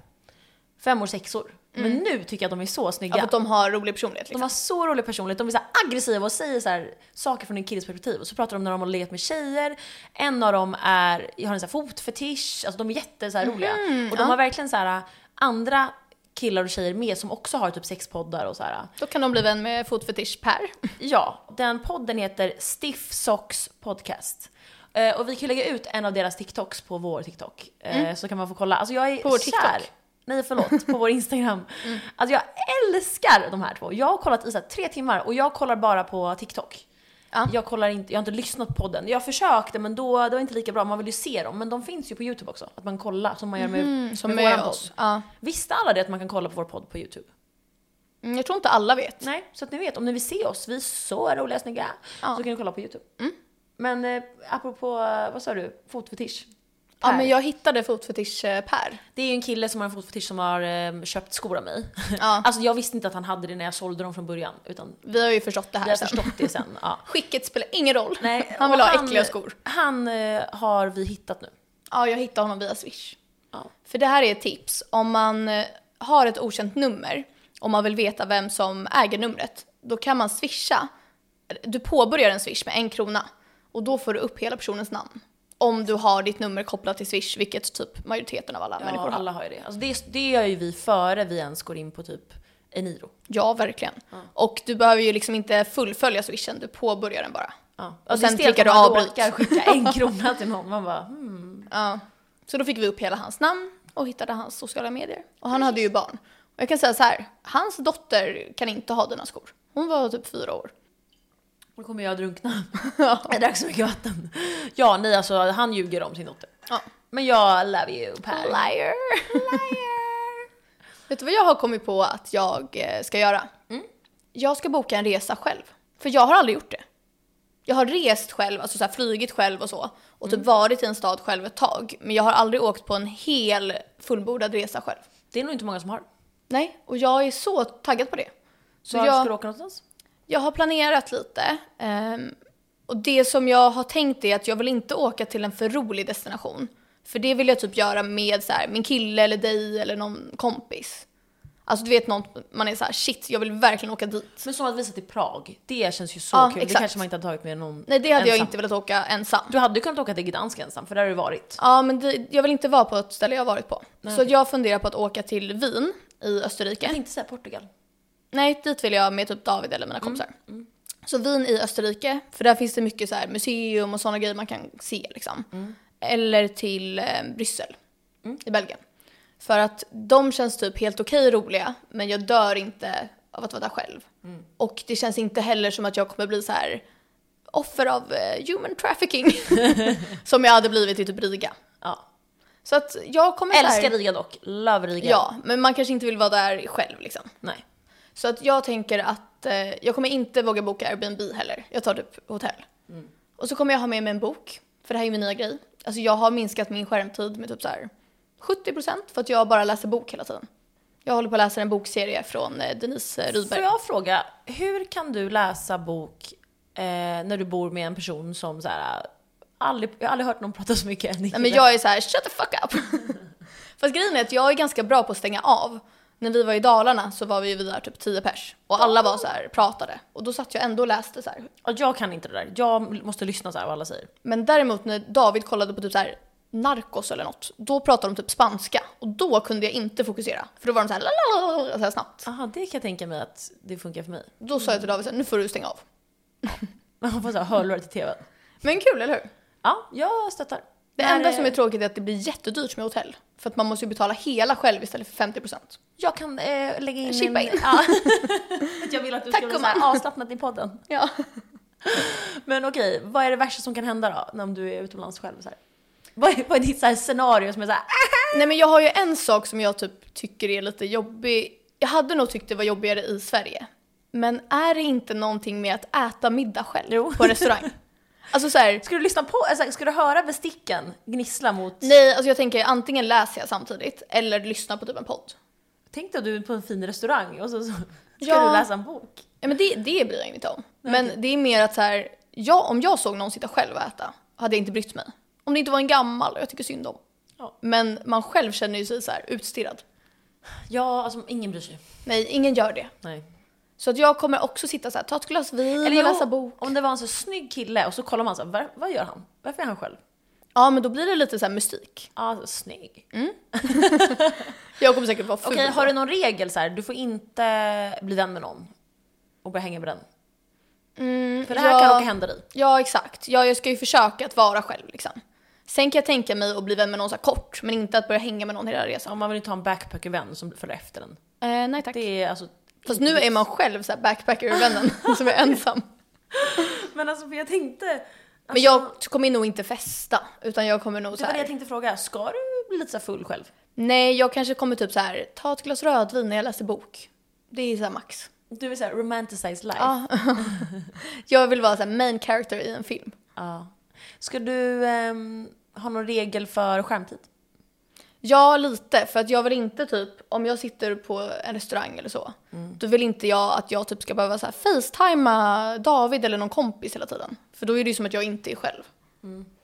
[SPEAKER 1] femmor, sexor. Men nu tycker jag att de är så snygga.
[SPEAKER 2] Mm. Ja. Att de har rolig personlighet
[SPEAKER 1] De
[SPEAKER 2] liksom.
[SPEAKER 1] har så rolig personlighet, de är så här aggressiva och säger så här saker från en killes perspektiv. Och så pratar de om när de har legat med tjejer, en av dem är, har en så här fotfetisch, alltså de är jätte så här roliga. och de har verkligen så här andra killar och tjejer med som också har typ sexpoddar och så här.
[SPEAKER 2] Då kan de bli vän med fotfetisch Per.
[SPEAKER 1] Ja, den podden heter Stiff Socks Podcast. Eh, och vi kan lägga ut en av deras TikToks på vår TikTok. Eh, Så kan man få kolla. Alltså jag är
[SPEAKER 2] Mm. På vår
[SPEAKER 1] kär.
[SPEAKER 2] TikTok? Mm.
[SPEAKER 1] Nej förlåt, på vår Instagram. Alltså jag älskar de här två. Jag har kollat i så här tre timmar och jag kollar bara på TikTok.
[SPEAKER 2] Ja.
[SPEAKER 1] Jag, kollar inte, jag har inte lyssnat på podden. Jag försökte men då, det var inte lika bra. Man vill ju se dem. Men de finns ju på YouTube också. Att man kollar som man gör med,
[SPEAKER 2] Som
[SPEAKER 1] med, våran
[SPEAKER 2] Mhm, med oss. Ja.
[SPEAKER 1] podd. Visste alla det att man kan kolla på vår podd på YouTube?
[SPEAKER 2] Mm, Jag tror inte alla vet.
[SPEAKER 1] Nej, så att ni vet, om ni vill se oss, vi är så roliga och snygga,
[SPEAKER 2] Ja.
[SPEAKER 1] så kan ni kolla på YouTube. Men eh, apropå, eh, vad sa du, fotfetisch?
[SPEAKER 2] Ja
[SPEAKER 1] Per.
[SPEAKER 2] men jag hittade fotfetisch eh, Per.
[SPEAKER 1] Det är ju en kille som har en fotfetisch som har eh, köpt skor av mig.
[SPEAKER 2] Ja.
[SPEAKER 1] Alltså jag visste inte att han hade det när jag sålde dem från början, utan
[SPEAKER 2] Vi har ju förstått det
[SPEAKER 1] jag
[SPEAKER 2] här
[SPEAKER 1] har
[SPEAKER 2] sen.
[SPEAKER 1] förstått det sen. Ja.
[SPEAKER 2] Skicket spelar ingen roll.
[SPEAKER 1] Nej,
[SPEAKER 2] han vill
[SPEAKER 1] och
[SPEAKER 2] ha äckliga skor.
[SPEAKER 1] Han eh, har vi hittat nu.
[SPEAKER 2] Ja, jag hittade honom via Swish.
[SPEAKER 1] Ja.
[SPEAKER 2] För det här är ett tips. Om man eh, har ett okänt nummer och man vill veta vem som äger numret, då kan man swisha. Du påbörjar en swish med en krona och då får du upp hela personens namn. Om du har ditt nummer kopplat till swish, vilket typ majoriteten av alla
[SPEAKER 1] Ja,
[SPEAKER 2] människor har.
[SPEAKER 1] alla har ju det. Alltså det, det gör ju vi före vi ens går in på typ Eniro.
[SPEAKER 2] Ja, verkligen. Och du behöver ju liksom inte fullfölja swishen, du påbörjar den bara.
[SPEAKER 1] Ja.
[SPEAKER 2] Och
[SPEAKER 1] det är
[SPEAKER 2] sen
[SPEAKER 1] stelt
[SPEAKER 2] klickar
[SPEAKER 1] om
[SPEAKER 2] du
[SPEAKER 1] man
[SPEAKER 2] avbryt.
[SPEAKER 1] råkar skicka en krona till någon, man bara hmm.
[SPEAKER 2] Ja. Så då fick vi upp hela hans namn och hittade hans sociala medier. Och han hade ju barn. Och jag kan säga så här, hans dotter kan inte ha dina skor. Hon var typ fyra år.
[SPEAKER 1] Nu kommer jag drunkna. Jag drack så mycket vatten. Ja, nej alltså han ljuger om sin dotter.
[SPEAKER 2] Ja.
[SPEAKER 1] Men jag love you Per.
[SPEAKER 2] Liar. Liar. Vet du vad jag har kommit på att jag eh, ska göra? Jag ska boka en resa själv. För jag har aldrig gjort det. Jag har rest själv, alltså så här flugit själv och så. Och typ varit i en stad själv ett tag. Men jag har aldrig åkt på en hel fullbordad resa själv.
[SPEAKER 1] Det är nog inte många som har.
[SPEAKER 2] Nej, och jag är så taggad på det. Så
[SPEAKER 1] Så Var
[SPEAKER 2] jag...
[SPEAKER 1] ska du åka någonstans?
[SPEAKER 2] Jag har planerat lite. ehm, och det som jag har tänkt är att jag vill inte åka till en för rolig destination. För det vill jag typ göra med så här, min kille eller dig eller någon kompis. Alltså du vet någon, man är så här, shit jag vill verkligen åka dit.
[SPEAKER 1] Men som att visa till Prag, det känns ju så
[SPEAKER 2] Ja,
[SPEAKER 1] kul. Det
[SPEAKER 2] exakt.
[SPEAKER 1] kanske man inte hade tagit med någon
[SPEAKER 2] Nej det hade jag
[SPEAKER 1] ensam.
[SPEAKER 2] inte velat åka ensam.
[SPEAKER 1] Du hade ju kunnat åka till Gdansk ensam, för där har du varit.
[SPEAKER 2] Ja men det, jag vill inte vara på ett ställe jag har varit på. så
[SPEAKER 1] okej.
[SPEAKER 2] jag funderar på att åka till Wien i Österrike.
[SPEAKER 1] Jag tänkte säga Portugal.
[SPEAKER 2] Nej, dit vill jag med typ David eller
[SPEAKER 1] Mm.
[SPEAKER 2] mina kompisar. Så Wien i Österrike, för där finns det mycket så här museum och sådana grejer man kan se liksom.
[SPEAKER 1] Mm.
[SPEAKER 2] Eller till eh, Bryssel i Belgien. För att de känns typ helt okej roliga, men jag dör inte av att vara där själv.
[SPEAKER 1] Mm.
[SPEAKER 2] Och det känns inte heller som att jag kommer bli så här offer av eh, human trafficking. som jag hade blivit i typ Riga.
[SPEAKER 1] Ja.
[SPEAKER 2] Så att jag kommer så här-
[SPEAKER 1] Älskar Riga dock, love Riga.
[SPEAKER 2] Ja, men man kanske inte vill vara där själv liksom.
[SPEAKER 1] Nej.
[SPEAKER 2] Så att jag tänker att eh, jag kommer inte våga boka Airbnb heller. Jag tar typ hotell. Och så kommer jag ha med mig en bok, för det här är min nya grej. Alltså jag har minskat min skärmtid med typ så här 70% för att jag bara läser bok hela tiden. Jag håller på att läsa en bokserie från eh, Denise
[SPEAKER 1] Får
[SPEAKER 2] Rydberg.
[SPEAKER 1] jag fråga, hur kan du läsa bok eh, när du bor med en person som så här, eh, aldrig, jag har aldrig hört någon prata så mycket än i
[SPEAKER 2] Nej, men
[SPEAKER 1] hela-
[SPEAKER 2] jag är så här, shut the fuck up. Fast grejen är att jag är ganska bra på att stänga av. När vi var i Dalarna så var vi ju vi där typ 10 pers och alla var så här pratade och då satt jag ändå och läste så här
[SPEAKER 1] Ja, jag kan inte det där, jag måste lyssna så här vad alla säger.
[SPEAKER 2] Men däremot när David kollade på typ så här Narcos eller något, då pratade de typ spanska och då kunde jag inte fokusera. För då var de så här, lalalala, så här snabbt.
[SPEAKER 1] Jaha, det kan jag tänka mig att det funkar för mig.
[SPEAKER 2] Då sa jag till David så här, nu får du stänga av.
[SPEAKER 1] Man får så här hörlurar till tvn.
[SPEAKER 2] Men kul, eller hur?
[SPEAKER 1] Ja, jag stöttar.
[SPEAKER 2] Det
[SPEAKER 1] När,
[SPEAKER 2] enda
[SPEAKER 1] eh,
[SPEAKER 2] som är tråkigt är att det blir jättedyrt med hotell. För att man måste ju betala hela själv istället för 50%.
[SPEAKER 1] Jag kan eh, lägga in
[SPEAKER 2] Chippa
[SPEAKER 1] en...
[SPEAKER 2] in.
[SPEAKER 1] Ja. jag vill att du
[SPEAKER 2] Tack,
[SPEAKER 1] ska vara så här
[SPEAKER 2] gumman.
[SPEAKER 1] avslappnad i podden.
[SPEAKER 2] Ja.
[SPEAKER 1] Men okej, vad är det värsta som kan hända då? När du är utomlands själv så här? Vad är, vad är ditt så här scenario som är så här? "Ah!"
[SPEAKER 2] Nej men jag har ju en sak som jag typ tycker är lite jobbig. Jag hade nog tyckt det var jobbigare i Sverige. Men är det inte någonting med att äta middag själv
[SPEAKER 1] Jo.
[SPEAKER 2] på restaurang? Alltså så här,
[SPEAKER 1] Ska du lyssna på, alltså, ska du höra besticken gnissla mot...
[SPEAKER 2] Nej, alltså jag tänker antingen läser jag samtidigt eller lyssnar på typ en podd.
[SPEAKER 1] Tänk dig att du är på en fin restaurang och så, så ska
[SPEAKER 2] Ja.
[SPEAKER 1] du läsa en bok.
[SPEAKER 2] Ja, men det, det bryr jag mig inte om. Men det är mer att så här, jag, om jag såg någon sitta själv och äta hade jag inte brytt mig. Om det inte var en gammal och jag tycker synd om.
[SPEAKER 1] Ja.
[SPEAKER 2] Men man själv känner ju sig så här utstirrad.
[SPEAKER 1] Ja, alltså ingen bryr sig.
[SPEAKER 2] Nej, ingen gör det.
[SPEAKER 1] Nej.
[SPEAKER 2] Så att jag kommer också sitta så här, ta ett glas vin och läsa bok.
[SPEAKER 1] om det var en så snygg kille och så kollar man så här, "Var- vad gör han? Varför är han själv?
[SPEAKER 2] Ja, men då blir det lite så här mystik.
[SPEAKER 1] Ja, alltså, snygg.
[SPEAKER 2] Jag kommer säkert vara ful.
[SPEAKER 1] Okej, har du någon regel så här, du får inte bli vän med någon och börja hänga med den?
[SPEAKER 2] Mm,
[SPEAKER 1] För det här
[SPEAKER 2] jag-
[SPEAKER 1] kan råka hända dig.
[SPEAKER 2] Ja, exakt. Ja, jag ska ju försöka att vara själv liksom. Sen kan jag tänka mig att bli vän med någon så här kort, men inte att börja hänga med någon hela resan.
[SPEAKER 1] Om man vill inte ha en backpackervän som följer efter den.
[SPEAKER 2] Eh, nej tack.
[SPEAKER 1] Det är alltså...
[SPEAKER 2] Fast nu är man själv så här backpacker-vännen som är ensam.
[SPEAKER 1] Men alltså för jag tänkte... Alltså,
[SPEAKER 2] Men jag kommer nog inte festa, utan jag kommer nog
[SPEAKER 1] Det
[SPEAKER 2] så
[SPEAKER 1] var det jag
[SPEAKER 2] här.
[SPEAKER 1] tänkte fråga, ska du bli lite så här full själv?
[SPEAKER 2] Nej, jag kanske kommer typ så här, ta ett glas rödvin när jag läser bok. Det är så här max.
[SPEAKER 1] Du vill säga romanticize life?
[SPEAKER 2] Ja. jag vill vara så här main character i en film.
[SPEAKER 1] Ja. Ska du ehm, ha någon regel för skärmtid?
[SPEAKER 2] Ja, lite. För att jag vill inte typ, om jag sitter på en restaurang eller så,
[SPEAKER 1] Mm.
[SPEAKER 2] då vill inte jag att jag typ ska behöva så här facetima David eller någon kompis hela tiden. För då är det ju som att jag inte är själv.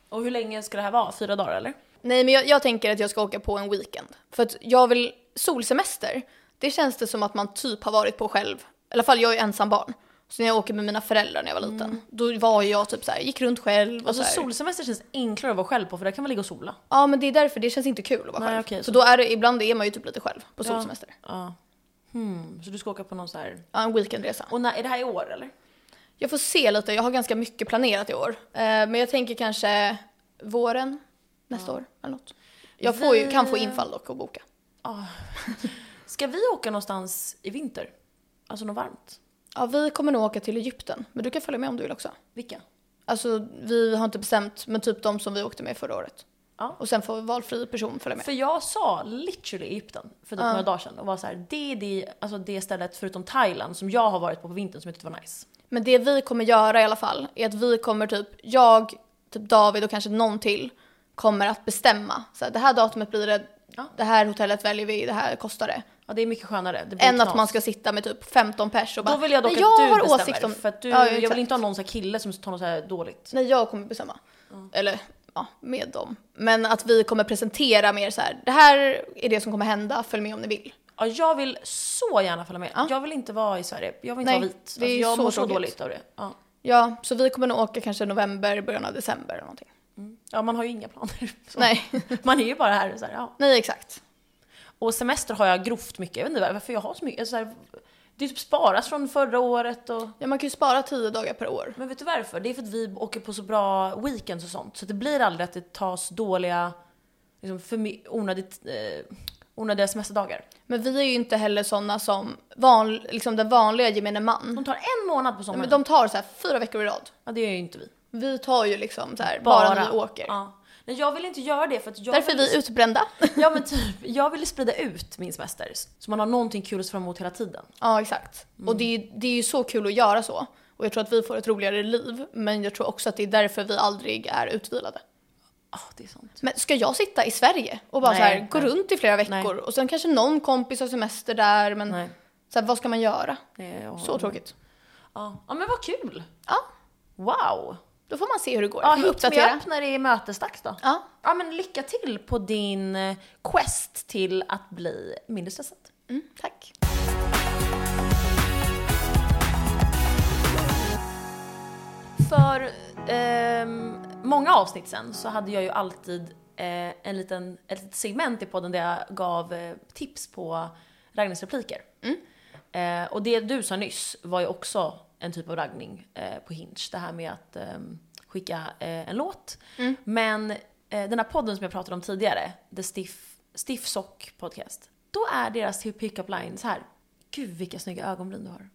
[SPEAKER 1] Och hur länge ska det här vara? Fyra dagar eller?
[SPEAKER 2] Nej, men jag, jag tänker att jag ska åka på en weekend. För att jag vill, solsemester, det känns det som att man typ har varit på själv. I alla fall jag är ensam barn. Så när jag åker med mina föräldrar när jag var liten, då var jag typ så här, gick runt själv och
[SPEAKER 1] Mm. Alltså
[SPEAKER 2] så här.
[SPEAKER 1] solsemester känns enklare att vara själv på för där kan man ligga och sola.
[SPEAKER 2] Ja men det är därför, det känns inte kul att vara
[SPEAKER 1] Nej,
[SPEAKER 2] själv.
[SPEAKER 1] okej,
[SPEAKER 2] så.
[SPEAKER 1] så-
[SPEAKER 2] då är det, ibland är man ju typ lite själv på solsemester.
[SPEAKER 1] Ja. Hmm, så du ska åka på någon så här...
[SPEAKER 2] Ja, en weekendresa.
[SPEAKER 1] Och när, är det här i år eller?
[SPEAKER 2] Jag får se lite, jag har ganska mycket planerat i år. Eh, men jag tänker kanske våren, nästa år eller något. Jag får ju, kan få infall dock att boka.
[SPEAKER 1] Ah. Ska vi åka någonstans i vinter? Alltså något varmt?
[SPEAKER 2] Ja, vi kommer nog åka till Egypten, men du kan följa med om du vill också.
[SPEAKER 1] Vilka?
[SPEAKER 2] Alltså, vi har inte bestämt, men typ de som vi åkte med förra året.
[SPEAKER 1] Ja.
[SPEAKER 2] Och sen får valfri person följa med.
[SPEAKER 1] För jag sa literally Egypten för typ
[SPEAKER 2] Ja.
[SPEAKER 1] några dagar sedan och var så här, det är det, alltså det stället förutom Thailand som jag har varit på på vintern som jag tyckte var nice.
[SPEAKER 2] Men det vi kommer göra i alla fall är att vi kommer typ, jag, typ David och kanske någon till kommer att bestämma. Så här, det här datumet blir det,
[SPEAKER 1] Ja.
[SPEAKER 2] det här hotellet väljer vi, det här kostar det.
[SPEAKER 1] Ja, det är mycket skönare. Det blir
[SPEAKER 2] Än att
[SPEAKER 1] knas.
[SPEAKER 2] man ska sitta med typ 15 pers och bara
[SPEAKER 1] Då vill jag dock
[SPEAKER 2] "Nej,
[SPEAKER 1] att du bestämmer. för att du,
[SPEAKER 2] Ja,
[SPEAKER 1] jag
[SPEAKER 2] exakt.
[SPEAKER 1] vill inte ha någon så här kille som tar något så här dåligt.
[SPEAKER 2] Nej, jag kommer bestämma.
[SPEAKER 1] Mm.
[SPEAKER 2] Eller ja, med dem. Men att vi kommer presentera mer så här. det här är det som kommer hända, följ med om ni vill.
[SPEAKER 1] Ja, jag vill så gärna följa med.
[SPEAKER 2] Ja.
[SPEAKER 1] Jag vill inte vara i Sverige. Jag vill inte
[SPEAKER 2] Nej,
[SPEAKER 1] vara vit. Alltså,
[SPEAKER 2] det är
[SPEAKER 1] jag
[SPEAKER 2] så
[SPEAKER 1] mår så
[SPEAKER 2] tråkigt.
[SPEAKER 1] dåligt av det. Ja.
[SPEAKER 2] Ja, så vi kommer nog åka kanske november, början av december eller någonting.
[SPEAKER 1] ja, man har ju inga planer. Så.
[SPEAKER 2] Nej.
[SPEAKER 1] Man är ju bara här och så här, ja.
[SPEAKER 2] Nej, exakt.
[SPEAKER 1] Och semester har jag grovt mycket. Jag vet inte varför jag har så mycket. Alltså, så här, det är typ sparas från förra året och...
[SPEAKER 2] Ja, man kan ju spara 10 dagar per år.
[SPEAKER 1] Men vet du varför? Det är för att vi åker på så bra weekends och sånt. Så det blir aldrig att det tas dåliga, liksom för my- onödigt, eh, onödiga semesterdagar.
[SPEAKER 2] Men vi är ju inte heller sådana som van, liksom den vanliga gemene
[SPEAKER 1] De
[SPEAKER 2] man.
[SPEAKER 1] tar en månad på
[SPEAKER 2] Ja,
[SPEAKER 1] sommaren.
[SPEAKER 2] men de tar så här fyra veckor i rad.
[SPEAKER 1] Ja, det gör ju inte vi.
[SPEAKER 2] Vi tar ju liksom så här bara, när vi åker.
[SPEAKER 1] Ja. Nej, jag vill inte göra det för att jag
[SPEAKER 2] Därför är
[SPEAKER 1] vill...
[SPEAKER 2] vi utbrända.
[SPEAKER 1] Ja men typ, jag vill sprida ut min semester. Så man har någonting kul att se fram emot hela tiden.
[SPEAKER 2] Ja, exakt. Och det är, ju-
[SPEAKER 1] Mm.
[SPEAKER 2] det är ju så kul att göra så. Och jag tror att vi får ett roligare liv, men jag tror också att det är därför vi aldrig är utvilade.
[SPEAKER 1] Ja, det är sant.
[SPEAKER 2] Men ska jag sitta i Sverige och bara
[SPEAKER 1] Nej,
[SPEAKER 2] så här, gå
[SPEAKER 1] nej.
[SPEAKER 2] runt i flera veckor och sen kanske någon kompis har semester där, men
[SPEAKER 1] Nej.
[SPEAKER 2] så här, vad ska man göra?
[SPEAKER 1] det är-
[SPEAKER 2] Så tråkigt.
[SPEAKER 1] Ja. ja men vad kul!
[SPEAKER 2] Ja,
[SPEAKER 1] Wow!
[SPEAKER 2] då får man se hur det går.
[SPEAKER 1] Ja,
[SPEAKER 2] Jag kommer
[SPEAKER 1] hit mig upp när det är mötesdags då.
[SPEAKER 2] Ja,
[SPEAKER 1] Ja men lycka till på din eh, quest till att bli mindre stressad.
[SPEAKER 2] mm, tack.
[SPEAKER 1] För ehm, många avsnitt sen så hade jag ju alltid eh, en liten, ett litet segment i podden där jag gav eh, tips på Ragnhilds repliker. Eh, och det du sa nyss var ju också en typ av raggning eh, på Hinge. Det här med att ehm, skicka eh, en låt. Men eh, den här podden som jag pratade om tidigare, The Stiff, Stiff Sock Podcast. Då är deras pick-up line så här. Gud vilka snygga ögonbryn du har.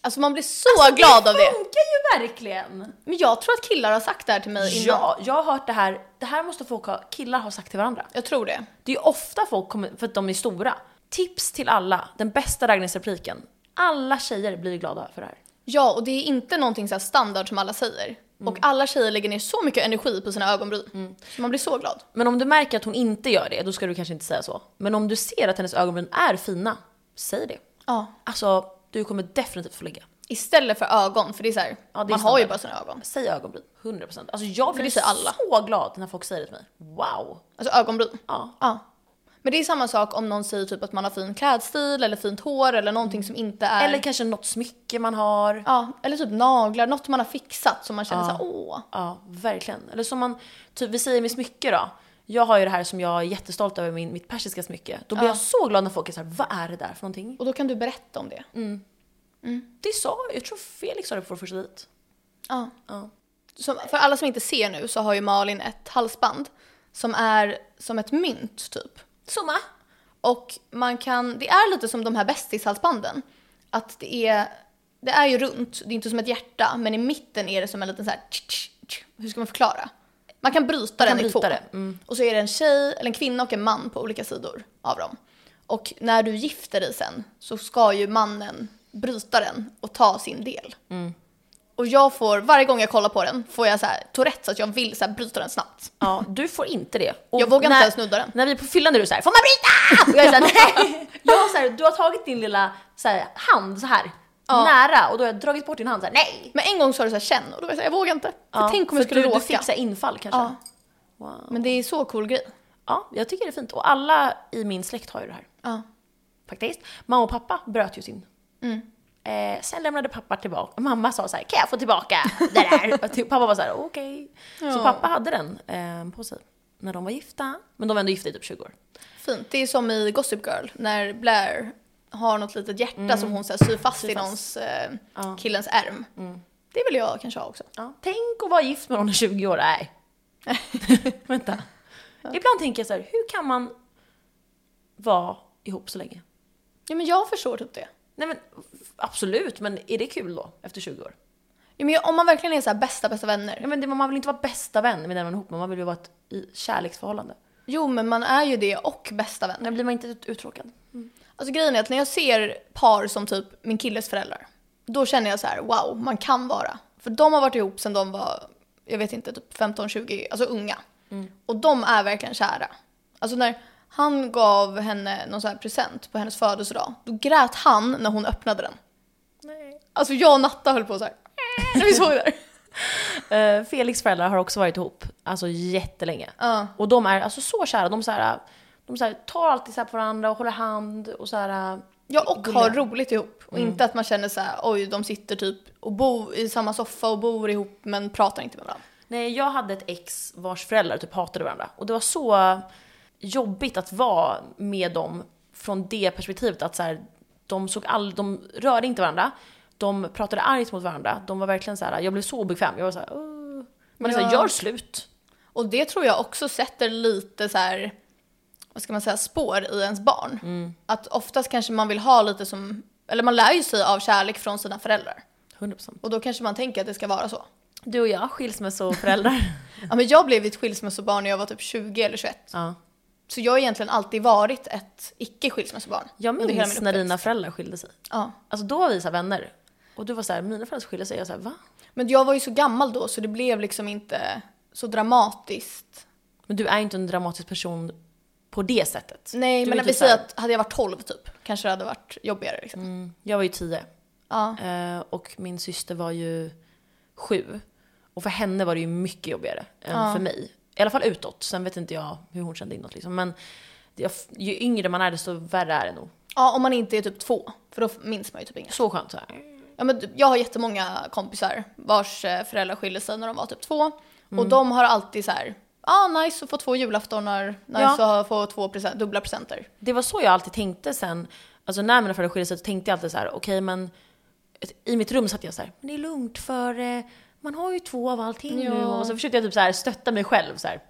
[SPEAKER 2] Alltså man blir så glad av det.
[SPEAKER 1] funkar ju verkligen!
[SPEAKER 2] Men jag tror att killar har sagt det här till mig innan.
[SPEAKER 1] Ja, jag har hört det här. Det här måste folk ha, killar ha sagt till varandra.
[SPEAKER 2] Jag tror det.
[SPEAKER 1] Det är ju ofta folk kommer, för att de är stora. Tips till alla, den bästa raggningsrepliken. Alla tjejer blir glada för det här.
[SPEAKER 2] Ja, och det är inte någonting så här standard som alla säger.
[SPEAKER 1] Mm.
[SPEAKER 2] Och alla tjejer lägger ner så mycket energi på sina ögonbryn. Så man blir så glad.
[SPEAKER 1] Men om du märker att hon inte gör det, då ska du kanske inte säga så. Men om du ser att hennes ögonbryn är fina, säg det.
[SPEAKER 2] Ja.
[SPEAKER 1] Alltså, du kommer definitivt få ligga.
[SPEAKER 2] Istället för ögon, för det är så här,
[SPEAKER 1] Ja, det är
[SPEAKER 2] man har ju
[SPEAKER 1] standard.
[SPEAKER 2] bara sina ögon.
[SPEAKER 1] Säg ögonbryn, 100%. Alltså jag
[SPEAKER 2] För det
[SPEAKER 1] blir
[SPEAKER 2] säger alla.
[SPEAKER 1] så glad när folk säger det till mig. Wow!
[SPEAKER 2] Alltså ögonbryn.
[SPEAKER 1] Ja.
[SPEAKER 2] Ja. Men det är samma sak om någon säger typ att man har fin klädstil eller fint hår eller någonting som inte är...
[SPEAKER 1] Mm. Eller kanske något smycke man har.
[SPEAKER 2] ja, eller typ naglar, något man har fixat som man känner så här, åh.
[SPEAKER 1] Ja, verkligen. Eller som man, typ, vi säger med smycke då. Jag har ju det här som jag är jättestolt över, min, mitt persiska smycke. Då blir jag så glad när folk är såhär, vad är det där för någonting?
[SPEAKER 2] Och då kan du berätta om det.
[SPEAKER 1] Mm. Det sa, jag tror Felix sa det på vår första dejt.
[SPEAKER 2] Ja.
[SPEAKER 1] Ja.
[SPEAKER 2] Som, för alla som inte ser nu så har ju Malin ett halsband som är som ett mynt typ.
[SPEAKER 1] Summa!
[SPEAKER 2] Och man kan, det är lite som de här bästishalsbanden. Att det är, det är ju runt, det är inte som ett hjärta, men i mitten är det som en liten så här, tsch, tsch, tsch. hur ska man förklara? Man kan bryta den
[SPEAKER 1] kan
[SPEAKER 2] i två.
[SPEAKER 1] bryta det, mm.
[SPEAKER 2] Och så är det en tjej, eller en kvinna och en man på olika sidor av dem. Och när du gifter dig sen så ska ju mannen bryta den och ta sin del.
[SPEAKER 1] Mm.
[SPEAKER 2] Och jag får, varje gång jag kollar på den får jag så här Tourettes så att jag vill så här bryta den snabbt.
[SPEAKER 1] Ja, du får inte det. Och
[SPEAKER 2] Jag vågar
[SPEAKER 1] när,
[SPEAKER 2] inte ens snudda den.
[SPEAKER 1] När vi är på fyllan är du såhär, får man bryta? Och jag är såhär, nej! Jag har såhär, du har tagit din lilla så här, hand så här nära och då har jag dragit bort din hand såhär, nej!
[SPEAKER 2] Men en gång sa du så här känn och då var jag så här, jag vågar inte. För
[SPEAKER 1] Ja,
[SPEAKER 2] tänk om
[SPEAKER 1] för
[SPEAKER 2] jag skulle
[SPEAKER 1] du,
[SPEAKER 2] råka.
[SPEAKER 1] Du fick så här infall kanske.
[SPEAKER 2] Ja.
[SPEAKER 1] Wow.
[SPEAKER 2] Men det är så cool grej.
[SPEAKER 1] Ja, jag tycker det är fint. Och alla i min släkt har ju det här.
[SPEAKER 2] Ja.
[SPEAKER 1] faktiskt. Mamma och pappa bröt ju sin. Eh, sen lämnade pappa tillbaka, mamma sa så här, kan jag få tillbaka det där? Och till- pappa var så här, okej. Så
[SPEAKER 2] Ja.
[SPEAKER 1] pappa hade den eh, på sig när de var gifta. Men de var ändå gifta i typ 20 år.
[SPEAKER 2] Fint. Det är som i Gossip Girl när Blair har något litet hjärta
[SPEAKER 1] Mm.
[SPEAKER 2] som hon så här, syr fast i någons, eh, killens ärm.
[SPEAKER 1] Mm.
[SPEAKER 2] Det vill jag kanske ha också.
[SPEAKER 1] Ja. Tänk att vara gift med någon i 20 år, nej. Vänta. Ibland tänker jag så här, hur kan man vara ihop så länge?
[SPEAKER 2] Ja, men jag förstår typ det.
[SPEAKER 1] Nej men absolut, men är det kul då efter 20 år?
[SPEAKER 2] Ja, men om man verkligen är så här bästa, bästa
[SPEAKER 1] Ja,
[SPEAKER 2] vänner.
[SPEAKER 1] men det, man vill inte vara bästa vän med den man är ihop med, man vill ju vara ett, i kärleksförhållande.
[SPEAKER 2] Jo, men man är ju det och bästa vänner.
[SPEAKER 1] När blir man inte ut- uttråkad?
[SPEAKER 2] Alltså grejen är att när jag ser par som typ min killes föräldrar, då känner jag så här: wow, man kan vara. För de har varit ihop sedan de var, jag vet inte, typ 15-20, alltså unga. Och de är verkligen kära. Alltså när han gav henne någon så här present på hennes födelsedag, då grät han när hon öppnade den.
[SPEAKER 1] Nej.
[SPEAKER 2] Alltså jag och Natta höll på så här. när vi såg det här.
[SPEAKER 1] Eh, Felix föräldrar har också varit ihop, alltså jättelänge.
[SPEAKER 2] Ja.
[SPEAKER 1] Och de är alltså så kära, de, så här, de så här, tar alltid så här på varandra och håller hand och så här... eh.
[SPEAKER 2] Ja, och
[SPEAKER 1] Gulliga.
[SPEAKER 2] har roligt ihop. Och
[SPEAKER 1] Mm.
[SPEAKER 2] inte att man känner så här, oj, de sitter typ och bor i samma soffa och bor ihop men pratar inte med varandra.
[SPEAKER 1] Nej, jag hade ett ex vars föräldrar typ hatade varandra. Och det var så jobbigt att vara med dem från det perspektivet att så här, de såg all, de rörde inte varandra, de pratade argt mot varandra, de var verkligen så här, jag blev så obekväm, jag var så här, "Åh." man är så här,
[SPEAKER 2] Ja.
[SPEAKER 1] gör slut.
[SPEAKER 2] Och det tror jag också sätter lite så här, vad ska man säga, spår i ens barn.
[SPEAKER 1] Mm.
[SPEAKER 2] Att oftast kanske man vill ha lite som, eller man lär ju sig av kärlek från sina föräldrar.
[SPEAKER 1] 100%.
[SPEAKER 2] Och då kanske man tänker att det ska vara så.
[SPEAKER 1] Du och jag, skilsmässoföräldrar.
[SPEAKER 2] Ja, men jag blev ett skilsmässobarn när jag var typ 20 eller 21.
[SPEAKER 1] ja.
[SPEAKER 2] Så jag har egentligen alltid varit ett icke-skilsmässobarn.
[SPEAKER 1] Jag
[SPEAKER 2] under hela
[SPEAKER 1] minns
[SPEAKER 2] min
[SPEAKER 1] när
[SPEAKER 2] uppväxt.
[SPEAKER 1] dina föräldrar skilde sig.
[SPEAKER 2] Ja.
[SPEAKER 1] Alltså då var vi så här vänner. Och du var så här, mina föräldrar skilde sig. Jag sa, va?
[SPEAKER 2] Men jag var ju så gammal då så det blev liksom inte så dramatiskt.
[SPEAKER 1] Men du är inte en dramatisk person på det sättet.
[SPEAKER 2] Nej,
[SPEAKER 1] du
[SPEAKER 2] men
[SPEAKER 1] är
[SPEAKER 2] när
[SPEAKER 1] typ
[SPEAKER 2] vi
[SPEAKER 1] så här-
[SPEAKER 2] säger att hade jag varit 12 typ, kanske det hade varit jobbigare liksom.
[SPEAKER 1] Mm, Jag var ju tio
[SPEAKER 2] Ja.
[SPEAKER 1] eh, och min syster var ju sju. Och för henne var det ju mycket jobbigare än för mig. I alla fall utåt, sen vet inte jag hur hon kände inåt liksom. Men jag, ju yngre man är desto värre är det nog.
[SPEAKER 2] ja, om man inte är typ två, för då minns man ju typ inget.
[SPEAKER 1] Så skönt så här.
[SPEAKER 2] Ja, men jag har jättemånga kompisar vars eh, föräldrar skilde sig när de var typ två.
[SPEAKER 1] Mm.
[SPEAKER 2] Och de har alltid så här, ah, nice att få två julaftonar, nice
[SPEAKER 1] Ja.
[SPEAKER 2] att få två present, dubbla presenter.
[SPEAKER 1] Det var så jag alltid tänkte sen, alltså när mina föräldrar skilde sig så tänkte jag alltid så här: okej men i mitt rum satt jag så här, men det är lugnt för eh, man har ju två av allting nu.
[SPEAKER 2] Ja.
[SPEAKER 1] Och så försökte jag typ så här stötta mig själv så här.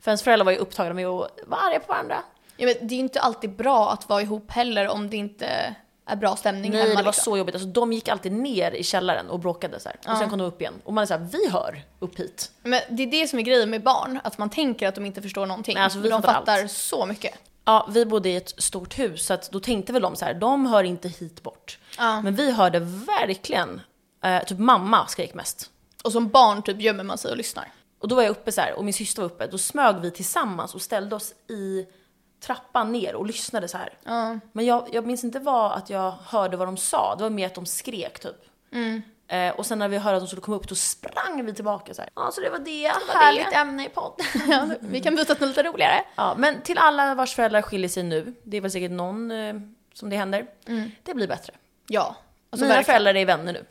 [SPEAKER 1] För ens föräldrar var ju upptagna med att vara arga på varandra.
[SPEAKER 2] Ja, men det är ju inte alltid bra att vara ihop heller om det inte är bra stämning
[SPEAKER 1] Nej,
[SPEAKER 2] hemma.
[SPEAKER 1] det var
[SPEAKER 2] liksom.
[SPEAKER 1] så jobbigt. Alltså, de gick alltid ner i källaren och bråkade så här. Och sen kom de upp igen. Och man är så här, vi hör upp hit.
[SPEAKER 2] Men det är det som är grejen med barn, att man tänker att de inte förstår någonting.
[SPEAKER 1] Nej, alltså, vi
[SPEAKER 2] men de
[SPEAKER 1] fattar
[SPEAKER 2] fattar
[SPEAKER 1] allt.
[SPEAKER 2] så mycket.
[SPEAKER 1] Ja, vi bodde i ett stort hus så att då tänkte väl de så här, de hör inte hit bort. Men vi hörde verkligen, eh, typ mamma skrek mest.
[SPEAKER 2] Och som barn typ gömmer man sig och lyssnar.
[SPEAKER 1] Och då var jag uppe så här, och min syster var uppe, då smög vi tillsammans och ställde oss i trappan ner och lyssnade så här. Men jag, jag minns inte vad att jag hörde vad de sa, det var mer att de skrek typ. Eh, och sen när vi hörde att de skulle komma upp, då sprang vi tillbaka så här. Ja, så det var det. Härligt
[SPEAKER 2] det.
[SPEAKER 1] ämne i podden.
[SPEAKER 2] Ja, vi kan byta till något lite roligare.
[SPEAKER 1] ja, men till alla vars föräldrar skiljer sig nu, det är väl säkert någon eh, som det händer. Det blir bättre.
[SPEAKER 2] Ja. Alltså,
[SPEAKER 1] Mina
[SPEAKER 2] verkligen.
[SPEAKER 1] föräldrar är vänner nu.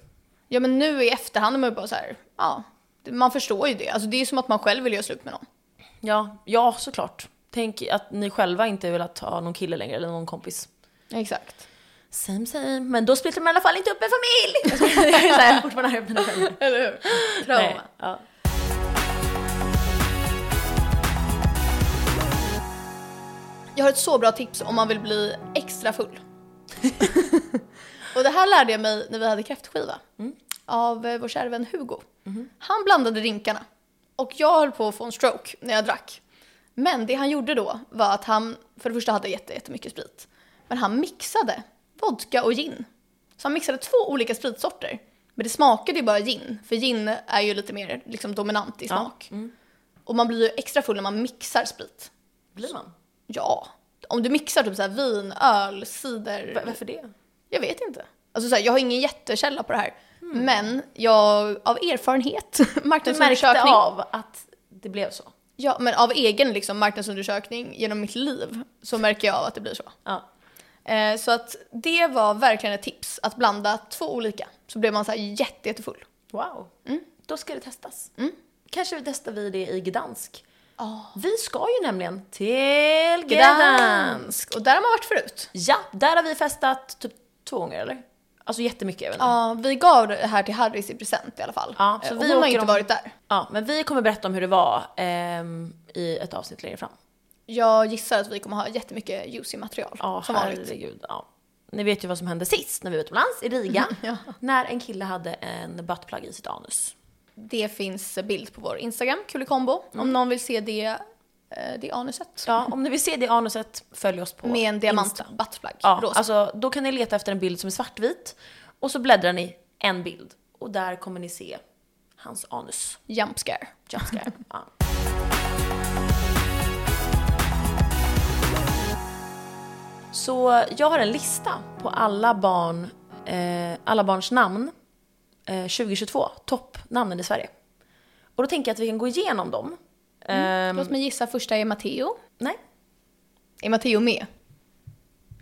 [SPEAKER 2] Ja men nu i efterhand är man ju bara så här, ja. det- Man förstår ju det. Alltså det är som att man själv vill göra slut med någon.
[SPEAKER 1] Ja, ja såklart. Tänk att ni själva inte vill att ha någon kille längre eller någon kompis.
[SPEAKER 2] Exakt.
[SPEAKER 1] Same same, men då splittrar man i alla fall inte upp en familj! Jag är så här, fortfarande arg på mina föräldrar.
[SPEAKER 2] Eller hur?
[SPEAKER 1] Nej,
[SPEAKER 2] Trauma.
[SPEAKER 1] ja.
[SPEAKER 2] Jag har ett så bra tips om man vill bli extra full. och det här lärde jag mig när vi hade kräftskiva. Av eh, vår kära vän Hugo. Han blandade drinkarna. Och jag höll på att få en stroke när jag drack. Men det han gjorde då var att han för det första hade jätte, jättemycket sprit. Men han mixade vodka och gin. Så han mixade två olika spritsorter. Men det smakade ju bara gin. För gin är ju lite mer liksom, dominant i smak. Och man blir ju extra full när man mixar sprit.
[SPEAKER 1] Blir man?
[SPEAKER 2] Ja. Om du mixar typ så här vin, öl, cider.
[SPEAKER 1] Va- Varför det?
[SPEAKER 2] Jag vet inte. Alltså så här, jag har ingen jättekälla på det här.
[SPEAKER 1] Hmm.
[SPEAKER 2] Men jag, av erfarenhet,
[SPEAKER 1] Du märkte
[SPEAKER 2] marknadsundersökning.
[SPEAKER 1] av att det blev så?
[SPEAKER 2] Ja, men av egen liksom, marknadsundersökning genom mitt liv så märker jag av att det blir så.
[SPEAKER 1] Ja.
[SPEAKER 2] Eh, så att det var verkligen ett tips, att blanda två olika. Så blev man så här jätte, jättefull.
[SPEAKER 1] Wow.
[SPEAKER 2] Mm.
[SPEAKER 1] Då ska det testas. Kanske vi testar vi det i Gdansk. Vi ska ju nämligen till Gdansk!
[SPEAKER 2] Gdansk! Och där har man varit förut.
[SPEAKER 1] Ja, där har vi festat typ två gånger eller? Alltså jättemycket, jag vet inte.
[SPEAKER 2] Ja, vi gav det här till Harrys i present i alla fall.
[SPEAKER 1] Ja, så
[SPEAKER 2] Eh,
[SPEAKER 1] vi
[SPEAKER 2] och hon har
[SPEAKER 1] åker
[SPEAKER 2] inte
[SPEAKER 1] om-
[SPEAKER 2] varit där.
[SPEAKER 1] Ja, men vi kommer berätta om hur det var ehm, i ett avsnitt längre fram.
[SPEAKER 2] Jag gissar att vi kommer ha jättemycket juicy material.
[SPEAKER 1] Ja,
[SPEAKER 2] som vanligt.
[SPEAKER 1] herregud. Ja. Ni vet ju vad som hände sist när vi var utomlands, i Riga.
[SPEAKER 2] Ja.
[SPEAKER 1] När en kille hade en buttplug i sitt anus.
[SPEAKER 2] Det finns bild på vår Instagram, kulikombo, om någon vill se det, eh, det anuset.
[SPEAKER 1] Mm. Ja, om ni vill se det anuset, följ oss på
[SPEAKER 2] Med en
[SPEAKER 1] Insta.
[SPEAKER 2] diamant buttplug,
[SPEAKER 1] Ja,
[SPEAKER 2] rosa.
[SPEAKER 1] alltså då kan ni leta efter en bild som är svartvit. Och så bläddrar ni en bild. Och där kommer ni se hans anus.
[SPEAKER 2] Jump scare.
[SPEAKER 1] Jump scare. ja. Så jag har en lista på alla, barn, eh, alla barns namn eh, 2022. Toppnamnen i Sverige. Och då tänker jag att vi kan gå igenom dem. Ehm,
[SPEAKER 2] Mm, Låt mig gissa, första är Matteo.
[SPEAKER 1] nej,
[SPEAKER 2] Är Matteo med?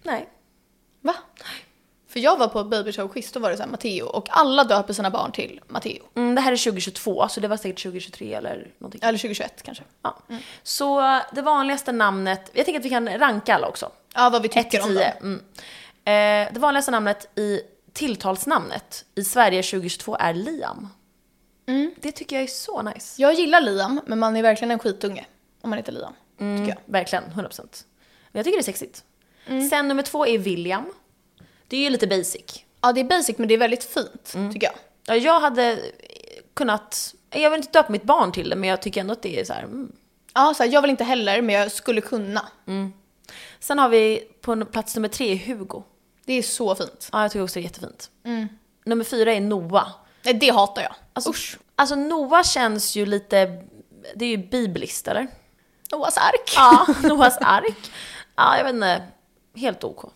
[SPEAKER 1] nej.
[SPEAKER 2] Va? För jag var på ett babyshow-quiz, då var det så här Matteo och alla döper sina barn till Matteo.
[SPEAKER 1] Mm, det här är 2022, så det var säkert 2023 eller någonting.
[SPEAKER 2] Eller 2021 kanske.
[SPEAKER 1] Ja.
[SPEAKER 2] Mm.
[SPEAKER 1] Så det vanligaste namnet, jag tänker att vi kan ranka alla också.
[SPEAKER 2] Ja, vad vi
[SPEAKER 1] 1 till
[SPEAKER 2] tycker om
[SPEAKER 1] 10.
[SPEAKER 2] dem.
[SPEAKER 1] Mm. Eh, det vanligaste namnet i tilltalsnamnet i Sverige 2022 är Liam.
[SPEAKER 2] Mm.
[SPEAKER 1] Det tycker jag är så nice.
[SPEAKER 2] Jag gillar Liam, men man är verkligen en skitunge om man heter Liam.
[SPEAKER 1] Mm.
[SPEAKER 2] Tycker jag.
[SPEAKER 1] Verkligen, 100%. Men jag tycker det är sexigt.
[SPEAKER 2] Mm.
[SPEAKER 1] Sen nummer två är William. Det är ju lite basic.
[SPEAKER 2] Ja, det är basic men det är väldigt fint,
[SPEAKER 1] Mm.
[SPEAKER 2] tycker jag.
[SPEAKER 1] Ja, Jag hade eh, kunnat, jag vill inte döpa mitt barn till det, men jag tycker ändå att det är så här. Mm.
[SPEAKER 2] Ja, så här, jag vill inte heller, men jag skulle kunna.
[SPEAKER 1] Sen har vi på n- plats nummer tre är Hugo.
[SPEAKER 2] Det är så fint.
[SPEAKER 1] Ja, jag tycker också det är jättefint.
[SPEAKER 2] Mm.
[SPEAKER 1] Nummer fyra är Noah.
[SPEAKER 2] Nej, det hatar jag.
[SPEAKER 1] Alltså, Usch. alltså Noah känns ju lite, det är ju bibliskt eller?
[SPEAKER 2] Noahs ark.
[SPEAKER 1] Ja, Noahs ark. Ja, jag vet inte. Helt OK.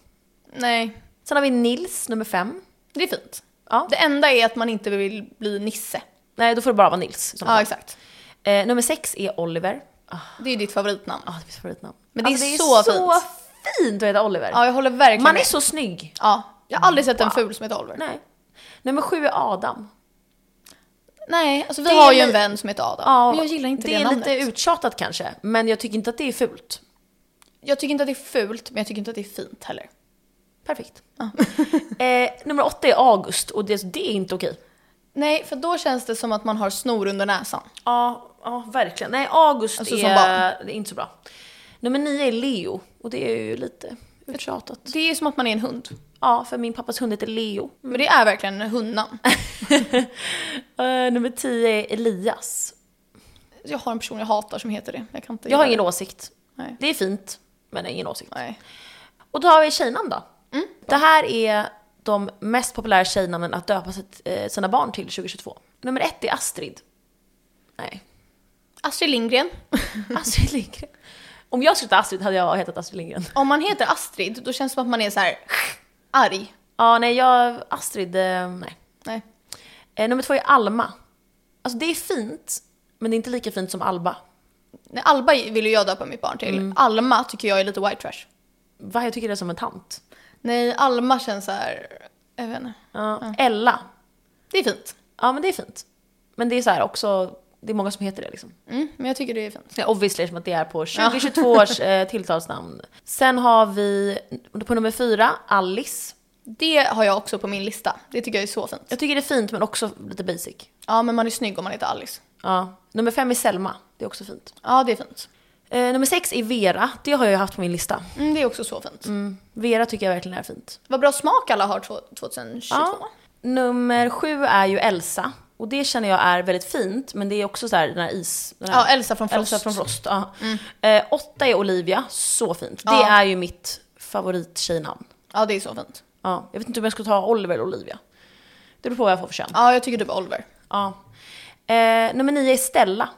[SPEAKER 2] Nej,
[SPEAKER 1] Sen har vi Nils, nummer fem.
[SPEAKER 2] det är fint.
[SPEAKER 1] Ja.
[SPEAKER 2] Det enda är att man inte vill bli Nisse.
[SPEAKER 1] Nej, då får det bara vara Nils. i så
[SPEAKER 2] Ja,
[SPEAKER 1] fall.
[SPEAKER 2] exakt.
[SPEAKER 1] Eh, nummer sex är Oliver. Ah,
[SPEAKER 2] Det är ju ditt favoritnamn.
[SPEAKER 1] ah, det är mitt favoritnamn.
[SPEAKER 2] Men det är så
[SPEAKER 1] så fint att heta Oliver.
[SPEAKER 2] Ja, jag håller verkligen
[SPEAKER 1] Man
[SPEAKER 2] med.
[SPEAKER 1] är så snygg.
[SPEAKER 2] Ja, jag har aldrig sett en ful som heter Oliver. Nej,
[SPEAKER 1] Nej. Nummer sju är Adam.
[SPEAKER 2] alltså vi
[SPEAKER 1] Det är
[SPEAKER 2] har ju
[SPEAKER 1] li-
[SPEAKER 2] en vän som heter Adam.
[SPEAKER 1] Ja,
[SPEAKER 2] men jag gillar inte det,
[SPEAKER 1] Det är
[SPEAKER 2] namnet.
[SPEAKER 1] lite uttjatat kanske, men jag tycker inte att det är fult.
[SPEAKER 2] Jag tycker inte att det är fult, men jag tycker inte att det är fint heller.
[SPEAKER 1] Perfekt. eh, nummer åtta är August och det, det är inte okej.
[SPEAKER 2] Nej, för då känns det som att man har snor under näsan.
[SPEAKER 1] Ja, ja, verkligen. Nej, August
[SPEAKER 2] Alltså, som
[SPEAKER 1] är,
[SPEAKER 2] barn.
[SPEAKER 1] det är inte så bra. Nummer nio är Leo och det är ju lite uttjatat.
[SPEAKER 2] Det är som att man är en hund.
[SPEAKER 1] Ja, för min pappas hund heter Leo.
[SPEAKER 2] Men det är verkligen en hundnamn.
[SPEAKER 1] Eh, nummer tio är Elias.
[SPEAKER 2] Jag har en person jag hatar som heter det. Jag kan inte
[SPEAKER 1] Jag har
[SPEAKER 2] göra
[SPEAKER 1] ingen
[SPEAKER 2] det.
[SPEAKER 1] åsikt.
[SPEAKER 2] Nej.
[SPEAKER 1] Det är fint, men ingen åsikt.
[SPEAKER 2] Nej. Mm.
[SPEAKER 1] Och då har vi tjejnamn då. Det här är de mest populära tjejnamnen att döpa sitt, eh, sina barn till 2022. Nummer ett är Astrid. Nej,
[SPEAKER 2] Astrid Lindgren.
[SPEAKER 1] Astrid Lindgren. Om jag skulle heta Astrid hade jag hetat Astrid Lindgren.
[SPEAKER 2] Om man heter Astrid, då känns det som att man är så här arg.
[SPEAKER 1] Ja, nej, jag, Astrid, eh, nej.
[SPEAKER 2] Nej.
[SPEAKER 1] Eh, nummer två är Alma. Alltså det är fint, men det är inte lika fint som Alba.
[SPEAKER 2] Nej, Alba vill ju jag döpa mitt barn till.
[SPEAKER 1] Mm.
[SPEAKER 2] Alma tycker jag är lite white trash.
[SPEAKER 1] Va, jag tycker det är som en tant.
[SPEAKER 2] Nej, Alma känns så här... Jag vet inte.
[SPEAKER 1] Ja, Ella.
[SPEAKER 2] Det är fint.
[SPEAKER 1] Ja, men det är fint. Men det är så här också, det är många som heter det liksom.
[SPEAKER 2] Mm, men jag tycker det är fint.
[SPEAKER 1] Ja, Obviously, som att det är på 2022 års eh, tilltalsnamn. Sen har vi på nummer fyra, Alice.
[SPEAKER 2] Det har jag också på min lista. Det tycker jag är så fint.
[SPEAKER 1] Jag tycker det är fint, men också lite basic.
[SPEAKER 2] Ja, men man är snygg om man heter Alice.
[SPEAKER 1] Ja. Nummer fem är Selma. Det är också fint.
[SPEAKER 2] Ja, det är fint.
[SPEAKER 1] Eh, nummer sex är Vera. Det har jag ju haft på min lista.
[SPEAKER 2] Mm, det är också så fint.
[SPEAKER 1] Vera tycker jag verkligen är fint.
[SPEAKER 2] Vad bra smak alla har tw- 2022.
[SPEAKER 1] Ja. Nummer sju är ju Elsa. Och det känner jag är väldigt fint, men det är också så här den här is... Den här
[SPEAKER 2] Ja, Elsa från Frost. Mm.
[SPEAKER 1] Elsa från Frost. Ja. Eh, åtta är Olivia, så fint. Det
[SPEAKER 2] Ja.
[SPEAKER 1] är ju mitt favorittjejnamn.
[SPEAKER 2] Ja, det är så fint.
[SPEAKER 1] Ja. Jag vet inte om jag ska ta Oliver eller Olivia. Det beror på vad jag får för kön. Ja.
[SPEAKER 2] Ja, jag tycker du var Oliver.
[SPEAKER 1] Eh, nummer nio är Stella.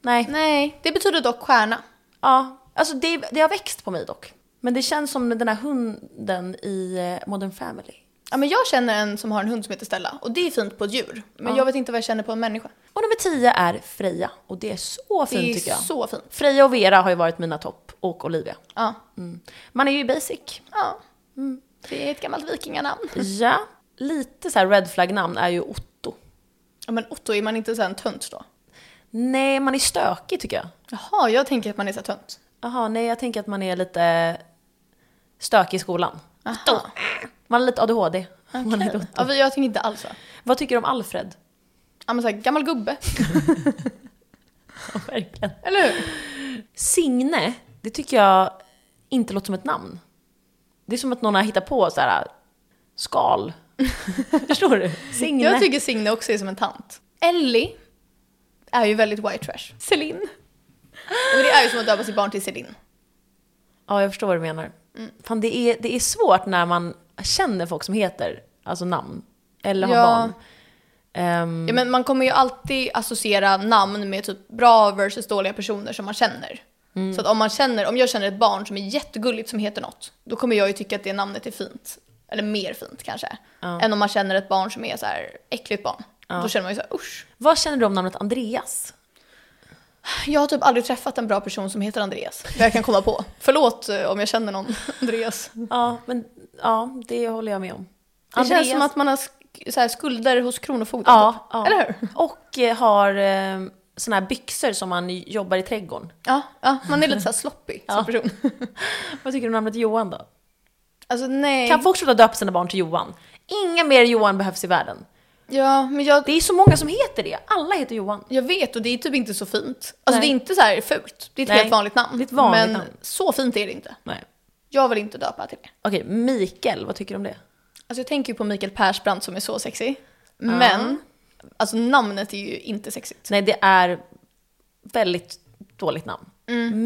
[SPEAKER 1] Nej.
[SPEAKER 2] Nej, det betyder dock stjärna.
[SPEAKER 1] Ja. Alltså det, det har växt på mig dock. Men det känns som den här hunden i eh, Modern Family.
[SPEAKER 2] Ja, men jag känner en som har en hund som heter Stella och det är fint på ett djur. Men jag vet inte vad jag känner på en människa.
[SPEAKER 1] Och nummer tio är Freja. Och det är så fint
[SPEAKER 2] Det
[SPEAKER 1] tycker
[SPEAKER 2] är
[SPEAKER 1] jag.
[SPEAKER 2] så fint.
[SPEAKER 1] Freja och Vera har ju varit mina topp, och Olivia.
[SPEAKER 2] Ja.
[SPEAKER 1] Man är ju basic.
[SPEAKER 2] ja. Mm. Det är ett gammalt vikinganamn.
[SPEAKER 1] Ja. Lite så här red flag-namn är ju Otto.
[SPEAKER 2] Ja, men Otto, är man inte så här en tönt då?
[SPEAKER 1] Nej, man är stökig tycker jag.
[SPEAKER 2] Jaha, jag tänker att man är så här tönt.
[SPEAKER 1] Jaha, nej jag tänker att man är lite stökig i skolan. Ah.
[SPEAKER 2] Aha.
[SPEAKER 1] Man är lite ADHD. Man är lite Otto.
[SPEAKER 2] Ja, vi- jag tänker inte alls så.
[SPEAKER 1] Vad tycker du om Alfred?
[SPEAKER 2] Ja, men så här, gammal gubbe.
[SPEAKER 1] Ja, verkligen.
[SPEAKER 2] Eller hur?
[SPEAKER 1] Signe, det tycker jag inte låter som ett namn. Det är som att någon har hittat på så här äh, skal. Förstår du? Signe.
[SPEAKER 2] Jag tycker Signe också är som en tant. Ellie är ju väldigt white trash. Celine. Men det är ju som att döpa sitt barn till Celine.
[SPEAKER 1] Ja, jag förstår vad du menar.
[SPEAKER 2] Mm.
[SPEAKER 1] Fan, det är, det är svårt när man känner folk som heter, alltså namn, eller har
[SPEAKER 2] Ja.
[SPEAKER 1] barn. Ehm,
[SPEAKER 2] Ja, men man kommer ju alltid associera namn med typ bra versus dåliga personer som man känner.
[SPEAKER 1] Mm.
[SPEAKER 2] Så att om, man känner, om jag känner ett barn som är jättegulligt som heter något, då kommer jag ju tycka att det namnet är fint. Eller mer fint kanske. Än om man känner ett barn som är så här äckligt barn. Då känner man ju så här usch.
[SPEAKER 1] Vad känner du om namnet Andreas?
[SPEAKER 2] Jag har typ aldrig träffat en bra person som heter Andreas. Vad jag kan komma på. Förlåt eh, om jag känner någon Andreas. Det
[SPEAKER 1] Ja, men ja, det håller jag med om.
[SPEAKER 2] Mm. känns som att man har sk- så här skulder hos Kronofogden.
[SPEAKER 1] Ja,
[SPEAKER 2] typ.
[SPEAKER 1] ja.
[SPEAKER 2] Eller hur?
[SPEAKER 1] Och eh, har eh, såna här byxor som man jobbar i trädgården.
[SPEAKER 2] Ja, ja, man är lite så här sloppy som
[SPEAKER 1] Ja.
[SPEAKER 2] person.
[SPEAKER 1] Vad tycker du om namnet Johan då?
[SPEAKER 2] Alltså nej.
[SPEAKER 1] Kan folk sluta döpa sina barn till Johan? Inga mer Johan behövs i världen.
[SPEAKER 2] Ja, men jag,
[SPEAKER 1] Det är så många som heter det. Alla heter Johan.
[SPEAKER 2] Jag vet och det är typ inte så fint.
[SPEAKER 1] Nej.
[SPEAKER 2] Alltså det är inte så här fult. Det är ett
[SPEAKER 1] Nej,
[SPEAKER 2] helt vanligt namn.
[SPEAKER 1] det är ett vanligt
[SPEAKER 2] men
[SPEAKER 1] namn.
[SPEAKER 2] så fint är det inte.
[SPEAKER 1] Nej.
[SPEAKER 2] Jag vill inte döpa till det.
[SPEAKER 1] Okej, Mikael, vad tycker du om det?
[SPEAKER 2] Alltså jag tänker ju på Mikael Persbrandt som är så sexy. Men alltså namnet är ju inte sexigt.
[SPEAKER 1] Nej, det är väldigt dåligt namn.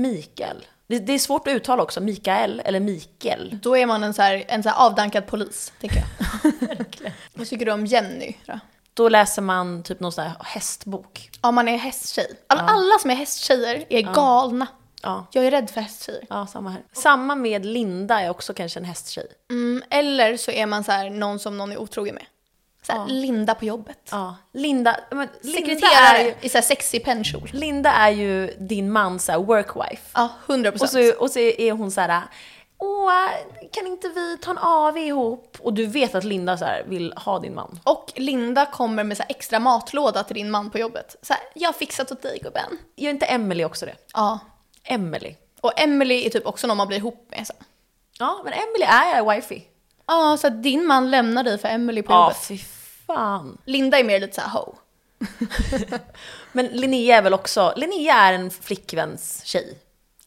[SPEAKER 1] Mikael. Det, det är svårt att uttala också. Mikael eller Mikael.
[SPEAKER 2] Då är man en så här, en så här avdankad polis, tänker jag. Vad tycker du om Jenny? då?
[SPEAKER 1] Då läser man typ någon sån här hästbok.
[SPEAKER 2] Ja, man är hästtjej. Alla, alla som är hästtjejer är galna.
[SPEAKER 1] Ja.
[SPEAKER 2] Jag är rädd för hästtjejer.
[SPEAKER 1] Ja, samma här. Samma med Linda är också kanske en hästtjej.
[SPEAKER 2] Mm, eller så är man så här, någon som någon är otrogen med. Så här, Linda på jobbet.
[SPEAKER 1] Ja. Linda, men Linda är, ju,
[SPEAKER 2] Sekreterare i så här sexig pennkjol.
[SPEAKER 1] Linda är ju din mans så här, workwife.
[SPEAKER 2] Ja, 100
[SPEAKER 1] Och
[SPEAKER 2] procent.
[SPEAKER 1] så, och så är hon så här, åh, kan inte vi ta en AV ihop? Och du vet att Linda så här, vill ha din man.
[SPEAKER 2] Och Linda kommer med så här extra matlåda till din man på jobbet. Så här, jag har fixat åt dig gubben.
[SPEAKER 1] Gör inte Emily också det?
[SPEAKER 2] Ja.
[SPEAKER 1] Emily.
[SPEAKER 2] Och Emily är typ också någon man blir ihop med sen.
[SPEAKER 1] Ja, men Emily är wifey.
[SPEAKER 2] Ja, så att din man lämnar dig för Emily på
[SPEAKER 1] Ja,
[SPEAKER 2] jobbet.
[SPEAKER 1] fy fan.
[SPEAKER 2] Linda är mer lite så här ho.
[SPEAKER 1] Men Linnea är väl också, Linnea är en flickväns tjej.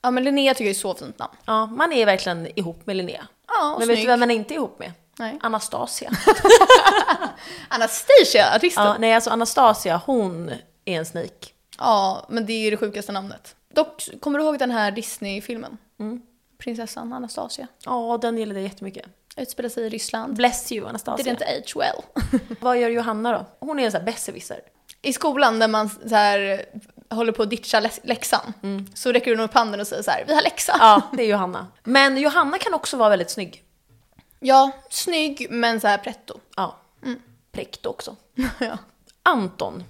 [SPEAKER 2] Ja, men Linnea tycker jag är så fint namn.
[SPEAKER 1] Ja, man är verkligen ihop med Linnea.
[SPEAKER 2] Ja, och
[SPEAKER 1] men vet
[SPEAKER 2] snygg.
[SPEAKER 1] du vem man inte är ihop med?
[SPEAKER 2] Nej.
[SPEAKER 1] Anastasia.
[SPEAKER 2] Anastasia, artisten.
[SPEAKER 1] ja,
[SPEAKER 2] Ja.
[SPEAKER 1] nej, alltså Anastasia, hon är en snake.
[SPEAKER 2] men det är ju det sjukaste namnet. Dock, kommer du ihåg den här Disney-filmen?
[SPEAKER 1] Mm.
[SPEAKER 2] Prinsessan Anastasia.
[SPEAKER 1] Ja, den gillade jag jättemycket.
[SPEAKER 2] Utspelar sig i Ryssland.
[SPEAKER 1] Bless you,
[SPEAKER 2] Det
[SPEAKER 1] Anastasia.
[SPEAKER 2] är inte age well.
[SPEAKER 1] Vad gör Johanna då? Hon är en sån här besserwisser.
[SPEAKER 2] I skolan när man så här, håller på att ditcha lä- läxan så räcker du nog upp handen och säger så här, vi har läxa.
[SPEAKER 1] Mm. Ja, det är Johanna. Men Johanna kan också vara väldigt snygg.
[SPEAKER 2] Ja, snygg men så här pretto.
[SPEAKER 1] Ja.
[SPEAKER 2] Mm.
[SPEAKER 1] Präktig också.
[SPEAKER 2] ja.
[SPEAKER 1] Anton.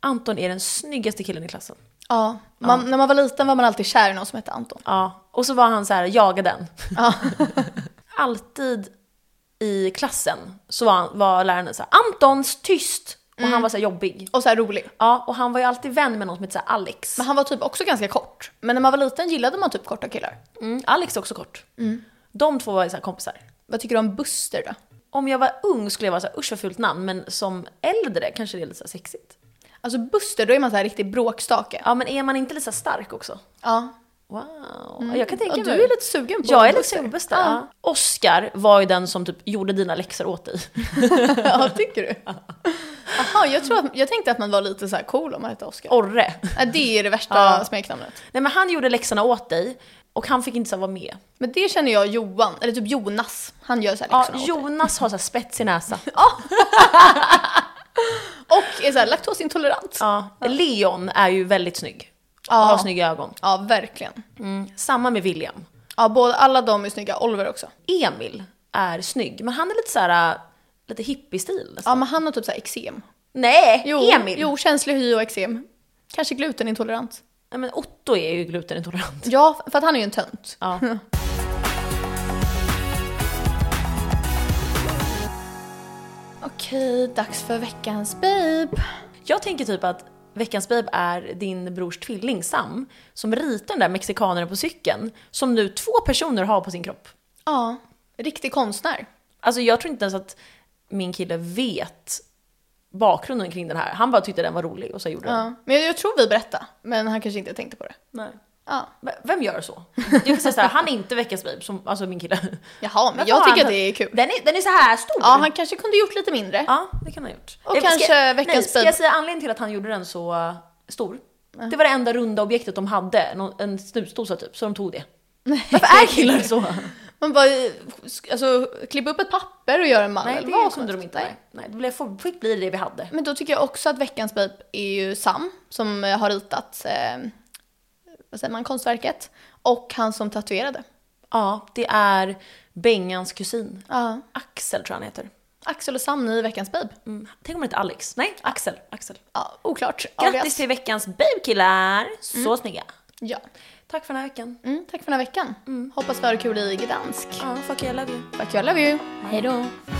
[SPEAKER 1] Anton är den snyggaste killen i klassen.
[SPEAKER 2] Ja, man, när man var liten var man alltid kär i någon som hette Anton.
[SPEAKER 1] Ja. Och så var han så här, jaga den.
[SPEAKER 2] Ja.
[SPEAKER 1] Alltid i klassen så var, han, var läraren så här, Anton tyst! Och
[SPEAKER 2] Mm.
[SPEAKER 1] han var så här jobbig.
[SPEAKER 2] Och så här rolig.
[SPEAKER 1] Ja, och han var ju alltid vän med någon som hette så här Alex.
[SPEAKER 2] Men han var typ också ganska kort. Men när man var liten gillade man typ korta killar.
[SPEAKER 1] Mm, Alex är också kort.
[SPEAKER 2] Mm.
[SPEAKER 1] De två var ju så här kompisar.
[SPEAKER 2] Vad tycker du om Buster då?
[SPEAKER 1] Om jag var ung skulle jag vara så här, usch vad fult namn, men som äldre kanske det är lite så här sexigt.
[SPEAKER 2] Alltså Buster, då är man så här riktigt bråkstake.
[SPEAKER 1] Ja, men är man inte lite så här stark också?
[SPEAKER 2] Ja.
[SPEAKER 1] Wow, jag kan tänka
[SPEAKER 2] Och
[SPEAKER 1] mig.
[SPEAKER 2] Mm. du är lite sugen på
[SPEAKER 1] Jag är lite
[SPEAKER 2] Buster.
[SPEAKER 1] sugen på Buster. Ja. Oscar var ju den som typ gjorde dina läxor åt dig.
[SPEAKER 2] ja, tycker du? Jaha, jag, tror att, jag tänkte att man var lite så här cool om man hette Oscar.
[SPEAKER 1] Orre.
[SPEAKER 2] Ja, det är det värsta
[SPEAKER 1] Ja.
[SPEAKER 2] smeknamnet.
[SPEAKER 1] Nej men han gjorde läxorna åt dig och han fick inte så här vara med.
[SPEAKER 2] Men det känner jag Johan, eller typ Jonas, han gör så här liksom.
[SPEAKER 1] Ja,
[SPEAKER 2] läxorna åt dig.
[SPEAKER 1] Jonas har så här spets i näsa.
[SPEAKER 2] Och är så här laktosintolerant.
[SPEAKER 1] Ja. Leon är ju väldigt snygg. Och
[SPEAKER 2] Ja.
[SPEAKER 1] har snygga ögon.
[SPEAKER 2] Ja, verkligen.
[SPEAKER 1] Samma med William.
[SPEAKER 2] Ja, både, alla de är snygga. Oliver också.
[SPEAKER 1] Emil är snygg, men han är lite så här äh, lite hippiestil nästan.
[SPEAKER 2] Ja, men han har typ såhär eksem.
[SPEAKER 1] Nej,
[SPEAKER 2] Jo,
[SPEAKER 1] Emil!
[SPEAKER 2] jo, känslig hy och eksem. Kanske glutenintolerant.
[SPEAKER 1] Nej, men Otto är ju glutenintolerant.
[SPEAKER 2] Ja, för att han är ju en tönt.
[SPEAKER 1] Ja.
[SPEAKER 2] Okej, dags för veckans babe.
[SPEAKER 1] Jag tänker typ att veckans babe är din brors tvilling Sam, som ritar den där mexikanaren på cykeln, som nu två personer har på sin kropp.
[SPEAKER 2] Ja, riktig konstnär.
[SPEAKER 1] Alltså jag tror inte ens att min kille vet bakgrunden kring den här. Han bara tyckte den var rolig och så gjorde den.
[SPEAKER 2] Ja. Men jag, jag tror vi berättade, men han kanske inte tänkte på det.
[SPEAKER 1] Nej.
[SPEAKER 2] Ja.
[SPEAKER 1] V- Vem gör så? Jag kan säga såhär, han är inte veckans babe, som, alltså min kille.
[SPEAKER 2] Jaha, men
[SPEAKER 1] Varför
[SPEAKER 2] jag
[SPEAKER 1] har
[SPEAKER 2] tycker
[SPEAKER 1] han-
[SPEAKER 2] att det är kul.
[SPEAKER 1] Den är, den är så här stor.
[SPEAKER 2] Ja, han kanske kunde gjort lite mindre.
[SPEAKER 1] Ja, det kan han ha gjort.
[SPEAKER 2] Och
[SPEAKER 1] Eh,
[SPEAKER 2] kanske
[SPEAKER 1] nej,
[SPEAKER 2] veckans
[SPEAKER 1] ska
[SPEAKER 2] babe.
[SPEAKER 1] jag säga anledningen till att han gjorde den så eh, stor? Det var det enda runda objektet de hade, någon, en snusdosa typ, så de tog det. Varför är killar så?
[SPEAKER 2] Man bara, eh, sk- alltså klipp upp ett papper och gör en man.
[SPEAKER 1] Nej,
[SPEAKER 2] eller
[SPEAKER 1] det
[SPEAKER 2] vad som
[SPEAKER 1] kunde de
[SPEAKER 2] helst.
[SPEAKER 1] inte.
[SPEAKER 2] Nej.
[SPEAKER 1] Nej. Nej, det blev, fick bli det vi hade.
[SPEAKER 2] Men då tycker jag också att veckans babe är ju Sam som eh, har ritat, eh, vad säger man, konstverket. Och han som tatuerade.
[SPEAKER 1] Ja, det är Bengans kusin.
[SPEAKER 2] Ja.
[SPEAKER 1] Axel tror jag han heter.
[SPEAKER 2] Axel och Sam, ni är veckans babe.
[SPEAKER 1] Mm. Tänk om det inte Alex? Nej, Axel. Axel.
[SPEAKER 2] Ja, oklart.
[SPEAKER 1] Grattis till veckans babykillar! Så snygga.
[SPEAKER 2] Ja.
[SPEAKER 1] Mm. Tack för den här veckan. Mm.
[SPEAKER 2] Mm, tack för den här veckan. Hoppas vi har det kul i Gdansk.
[SPEAKER 1] Ja, fuck you, I love you.
[SPEAKER 2] Fuck you, I love you.
[SPEAKER 1] Hej då.